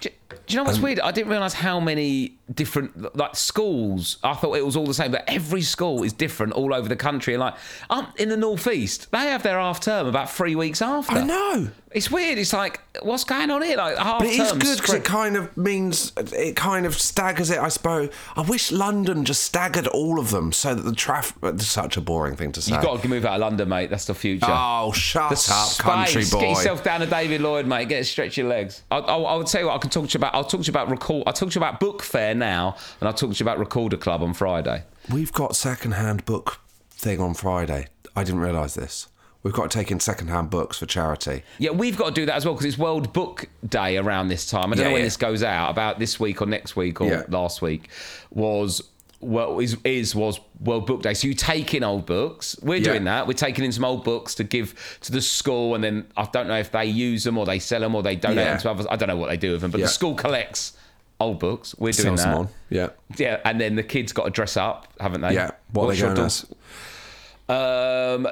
Do, do you know
Um,
what's weird? I didn't realize how many different like schools. I thought it was all the same, but every school is different all over the country. And like up in the northeast, they have their half term about three weeks after.
I know.
It's weird. It's like what's going on here? Like half
But it is
term.
good because it kind of means it kind of staggers it, I suppose. I wish London just staggered all of them so that the traffic. Such a boring thing to say.
You've got to move out of London, mate. That's the future.
oh, shut
the
up, country
space.
boy.
Get yourself down to David Lloyd, mate. Get stretch your legs. I, I, I would tell you what I can talk to you about. I'll talk to you about record. I'll talk to you about book fair now, and I'll talk to you about Recorder Club on Friday.
We've got second-hand book thing on Friday. I didn't realise this. We've got to take in second-hand books for charity.
Yeah, we've got to do that as well because it's World Book Day around this time. I don't
Yeah,
know when
yeah.
this goes out, about this week or next week or
Yeah.
last week. Was well is is was World Book Day. So you take in old books. We're
Yeah.
doing that. We're taking in some old books to give to the school, and then I don't know if they use them or they sell them or they donate
Yeah.
them to others. I don't know what they do with them, but
Yeah.
the school collects old books. We're doing
Sells
that.
them on. Yeah.
Yeah, and then the kids got to dress up, haven't they?
Yeah. What are
What's
they
your daugh-
going as?
um,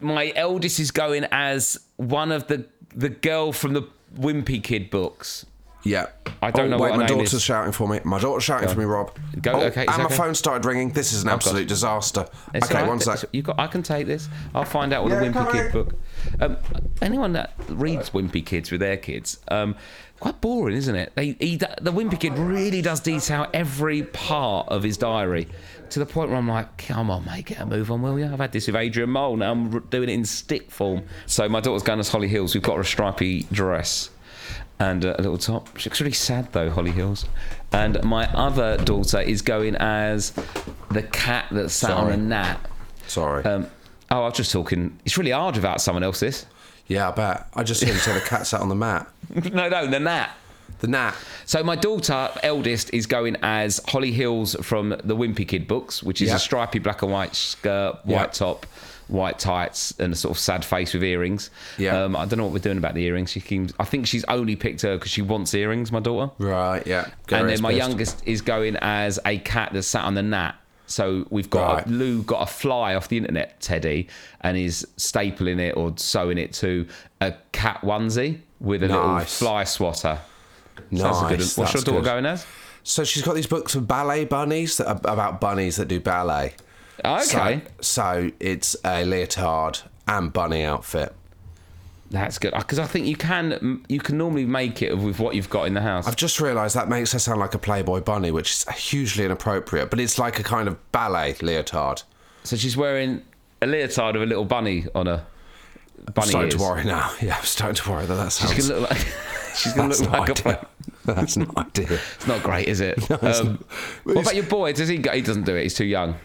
my eldest is going as one of the the girl from the Wimpy Kid books.
Yeah.
I don't know
Oh,
what
Wait,
her
my
name
daughter's
is.
shouting for me. My daughter's shouting for me, Rob.
Go-
oh,
okay, it's
and my
okay.
phone started ringing. This is an absolute disaster.
It's
okay,
all right.
one sec.
It's- You got? I can take this. I'll find out what
Yeah,
a Wimpy
come
Kid
on.
book. Um, anyone that reads Wimpy Kids with their kids, um, quite boring, isn't it? They, he, d- the Wimpy Kid really does detail every part of his diary to the point where I'm like, come on, mate, get a move on, will you? I've had this with Adrian Mole. Now I'm r- doing it in stick form. So my daughter's going as Holly Hills. We've got her a stripy dress. And uh, a little top. She looks really sad though, Holly Hills. And my other daughter is going as the cat that sat on a
Sorry.
gnat.
Sorry.
Um, Oh, I was just talking. It's really hard without someone else. This.
Yeah, I bet. I just hear him say the cat sat on the mat.
no, no, the gnat.
The gnat.
So my daughter, eldest, is going as Holly Hills from the Wimpy Kid books, which is
Yeah.
a stripy black and white skirt, white
Yeah.
top, white tights, and a sort of sad face with earrings.
Yeah.
Um, I don't know what we're doing about the earrings. She keeps, I think she's only picked her because she wants earrings. My daughter.
Right, yeah.
and
Gary
then
is
my
pissed.
youngest is going as a cat that's sat on the gnat. So we've got
Right.
Lou got a fly off the internet, Teddy, and is stapling it or sewing it to a cat onesie with a little
Nice.
fly swatter. So that's a good one.
Nice,
What's your
that's
daughter
good.
going as?
So she's got these books of ballet bunnies that are about bunnies that do ballet.
Okay,
So, so it's a leotard and bunny outfit.
that's good because I think you can you can normally make it with what you've got in the house.
I've just realised that makes her sound like a Playboy bunny, which is hugely inappropriate, but it's like a kind of ballet leotard.
so she's wearing a leotard with a little bunny on her.
I'm
Bunny
starting
ears.
to worry now. Yeah, I'm starting to worry that that sounds.
She's gonna look like she's gonna
that's
look like
an
a.
idea. That's an idea.
It's not great, is it?
it's
um,
not.
what about your boy? Does he? go- He doesn't do it. He's too young.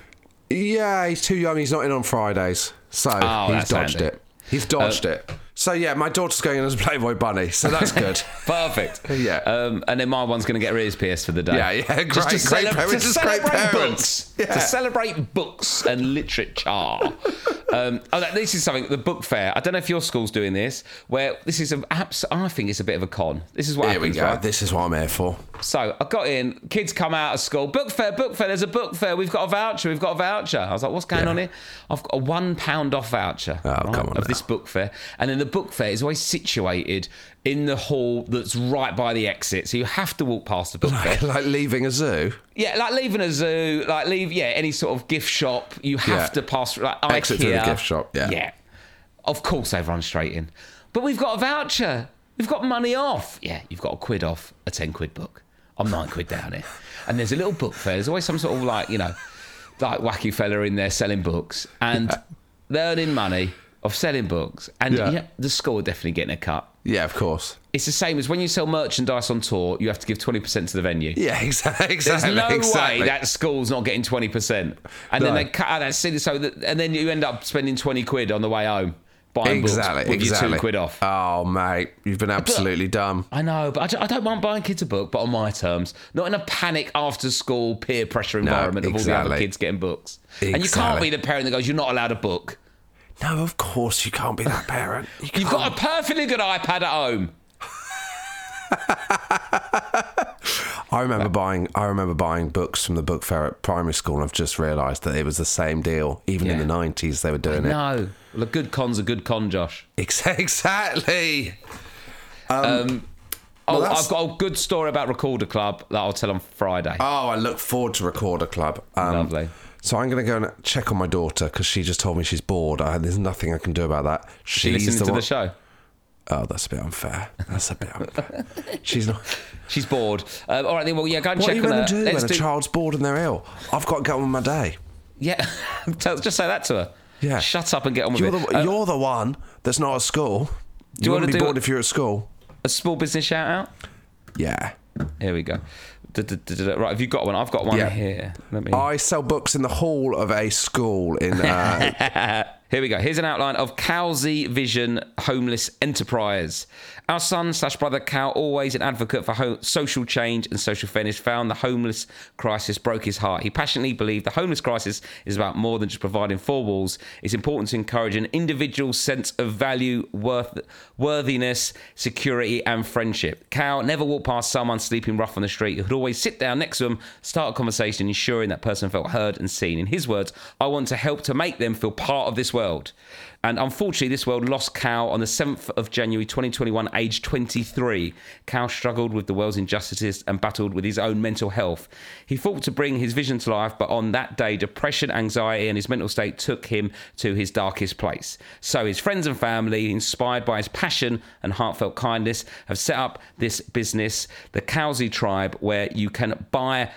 Yeah, he's too young. He's not in on Fridays, so he's
that's
dodged
handy.
it. He's dodged it. So yeah, my daughter's going in as a Playboy bunny, so that's good.
Perfect.
Yeah.
Um, and then my one's going to get her ears pierced for the day.
Yeah, yeah, great,
Just to
great parents,
to
just great
celebrate
parents.
books.
Yeah.
To celebrate books and literature. um, oh, that- this is something, the book fair. I don't know if your school's doing this, where this is an abs- I think it's a bit of a con. This is what
Here we
happens,
go.
right?
This is what I'm here for.
So I got in, kids come out of school, book fair, book fair, there's a book fair, we've got a voucher, we've got a voucher. I was like, what's going
Yeah.
on here? I've got a one pound off voucher
Oh, come on
of this
now.
book fair. And then the book fair is always situated in the hall that's right by the exit. So you have to walk past the book fair.
like leaving a zoo.
Yeah, like leaving a zoo, like leave yeah, any sort of gift shop, you have
Yeah.
to pass through like
Exit
IKEA.
through the gift shop, yeah.
Yeah. Of course they've run straight in. But we've got a voucher. We've got money off. Yeah, you've got a quid off a ten quid book. I'm nine quid down here. And there's a little book fair. There's always some sort of like, you know, like wacky fella in there selling books and they're earning money of selling books. And
Yeah.
yeah, the school are definitely getting a cut.
Yeah, of course.
It's the same as when you sell merchandise on tour, you have to give twenty percent to the venue.
Yeah, exactly.
There's
exactly
no
exactly.
way that school's not getting twenty percent, and
No.
then they cut out that silly. So that, and then you end up spending twenty quid on the way home buying
exactly.
books with
exactly.
your two quid off.
Oh mate, you've been absolutely dumb.
I know, but I don't, I don't mind buying kids a book, but on my terms, not in a panic after school peer pressure environment of all the
exactly.
other kids getting books. And you can't
Exactly.
be the parent that goes, "You're not allowed a book."
No, of course you can't be that parent. You
You've got a perfectly good iPad at home.
I remember buying. I remember buying books from the book fair at primary school, and I've just realised that it was the same deal. Even in
Yeah.
the nineties, they were doing it.
No, well, a good con's a good con, Josh.
Ex- Exactly. Um,
Oh,
that's-
I've got a good story about Recorder Club that I'll tell on Friday.
Oh, I look forward to Recorder Club. Um,
Lovely.
So I'm going to go and check on my daughter because she just told me she's bored. I, there's nothing I can do about that.
you
She's
listening
the
to
one-
the show.
Oh, that's a bit unfair. That's a bit unfair. she's not.
She's bored. Um, all right, then. Well, yeah, go and
What
check
are you
on
going
her.
to do
Let's
when a child's bored and they're ill? I've got to get on with my day.
Yeah, Tell- just say that to her.
Yeah.
Shut up and get on with
You're
it.
the,
Uh,
you're the one that's not at school.
you
You wouldn't
wanna
be
do-
bored if you're at school.
a small business shout out.
Yeah.
Here we go. Du-du-du-du-du. Right, have you got one? I've got one
Yeah.
here. Let me.
I sell books in the hall of a school in. Uh,
Here we go. Here's an outline of Cowsey Vision Homeless Enterprise. Our son slash brother Cal, always an advocate for ho- social change and social fairness, found the homeless crisis broke his heart. He passionately believed the homeless crisis is about more than just providing four walls. It's important to encourage an individual sense of value, worth, worthiness, security, and friendship. Cal never walked past someone sleeping rough on the street. He would always sit down next to them, start a conversation, ensuring that person felt heard and seen. In his words, I want to help to make them feel part of this world. And unfortunately, this world lost Cal on the 7th of January 2021, aged 23. Cal struggled with the world's injustices and battled with his own mental health. He fought to bring his vision to life, but on that day, depression, anxiety, and his mental state took him to his darkest place. So his friends and family, inspired by his passion and heartfelt kindness, have set up this business, the Cowsey Tribe, where you can buy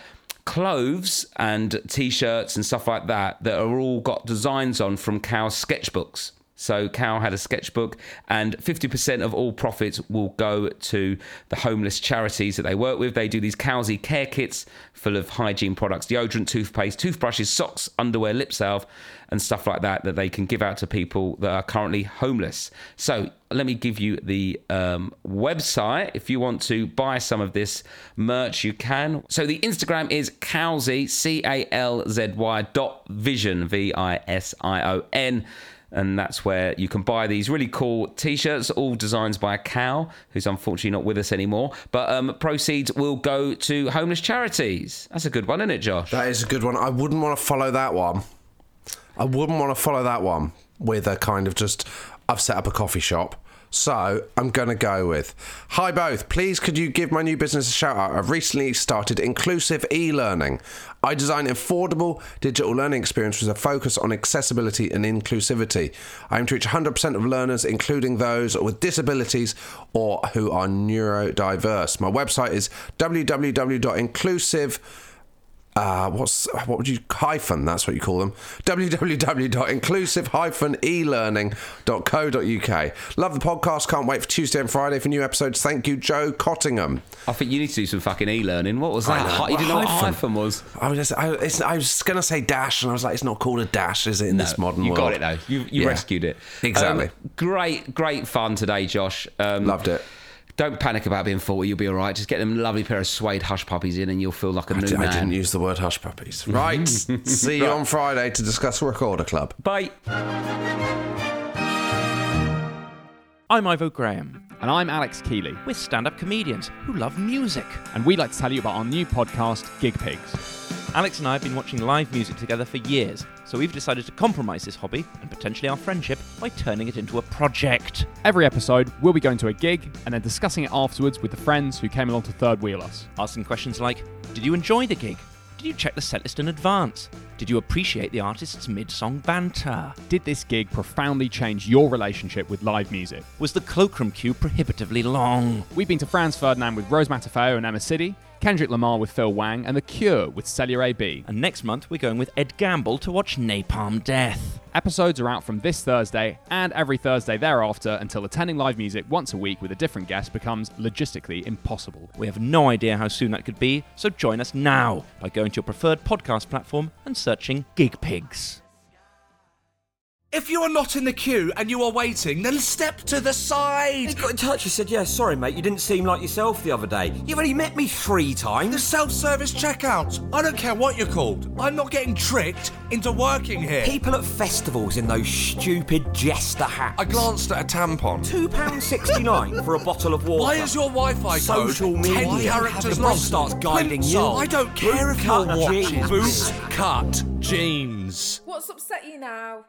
clothes and t-shirts and stuff like that that are all got designs on from Cow's sketchbooks. So Cow had a sketchbook, and 50% of all profits will go to the homeless charities that they work with. They do these Cowsy care kits full of hygiene products, deodorant, toothpaste, toothbrushes, socks, underwear, lip salve, and stuff like that that they can give out to people that are currently homeless. So let me give you the um, website if you want to buy some of this merch you can so the instagram is calzy c-a-l-z-y dot vision v-i-s-i-o-n and that's where you can buy these really cool t-shirts all designs by cal who's unfortunately not with us anymore but um, proceeds will go to homeless charities that's a good one isn't it josh
That is a good one. I wouldn't want to follow that one. I wouldn't want to follow that one with a kind of just, I've set up a coffee shop. So I'm going to go with Hi, both. Please, could you give my new business a shout out? I've recently started inclusive e learning. I design affordable digital learning experience with a focus on accessibility and inclusivity. I aim to reach 100% of learners, including those with disabilities or who are neurodiverse. My website is www.inclusive uh, what's what would you hyphen? That's what you call them. www.inclusive-elearning.co.uk. Love the podcast. Can't wait for Tuesday and Friday for new episodes. Thank you, Joe Cottingham.
i think you need to do some fucking e-learning what was that
know.
Hi- you didn't know what
Hyphen.
hyphen was
I was, I, it's, I was gonna say dash, and I was like, it's not called a dash, is it? In this
No,
modern
you
world,
got it though. You, you
Yeah.
rescued it.
Exactly.
Um, great, great fun today, Josh. Um,
Loved it.
Don't panic about being forty. You'll be all right. Just get them lovely pair of suede hush puppies in, and you'll feel like a
I
new
di- I
man.
didn't use the word hush puppies. Right. See you on Friday to discuss Recorder Club.
Bye.
I'm Ivo Graham,
And I'm Alex Keeley,
we're stand up comedians who love music.
and we'd like to tell you about our new podcast, Gig Pigs.
Alex and I have been watching live music together for years, so we've decided to compromise this hobby and potentially our friendship by turning it into a project.
Every episode, we'll be going to a gig and then discussing it afterwards with the friends who came along to third wheel us.
Asking questions like Did you enjoy the gig? Did you check the setlist in advance? Did you appreciate the artist's mid song banter?
Did this gig profoundly change your relationship with live music?
Was the cloakroom queue prohibitively long?
We've been to Franz Ferdinand with Rose Matafeo and Emma City, Kendrick Lamar with Phil Wang, and The Cure with Celia AB.
And next month, we're going with Ed Gamble to watch Napalm Death.
Episodes are out from this Thursday and every Thursday thereafter until attending live music once a week with a different guest becomes logistically impossible.
We have no idea how soon that could be, so join us now by going to your preferred podcast platform and searching Gig Pigs.
If you are not in the queue and you are waiting, then step to the
He
side.
got in touch. He said, "Yeah, sorry, mate. You didn't seem like yourself the other day. You only met me three
The
times."
self-service checkouts. I don't care what you're called. I'm not getting tricked into working here.
People at festivals in those stupid jester hats.
I glanced at a tampon.
Two pound sixty-nine for a bottle of water.
Why is your Wi-Fi
social
code
media?
ten characters
the boss
long?
starts guiding
Plimsoll.
you.
I don't care if you're
Boot-cut
watching.
jeans.
Boot cut jeans.
What's upset you now?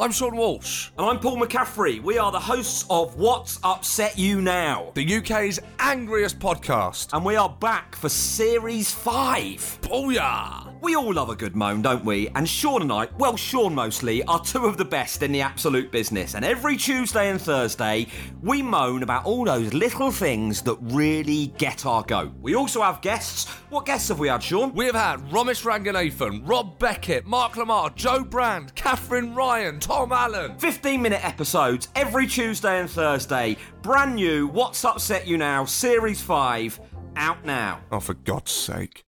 I'm Sean Walsh,
And I'm Paul McCaffrey. We are the hosts of What's Upset You Now,
the UK's angriest podcast.
and we are back for series five.
Booyah!
We all love a good moan, don't we? And Sean and I, well, Sean mostly, are two of the best in the absolute business. And every Tuesday and Thursday, we moan about all those little things that really get our goat. We also have guests. What guests have we had, Sean?
We have had Romish Ranganathan, Rob Beckett, Mark Lamar, Joe Brand, Catherine Ryan, Tom Allen.
15 minute episodes every Tuesday and Thursday. Brand new What's Upset You Now, Series 5, out now.
Oh, for God's sake.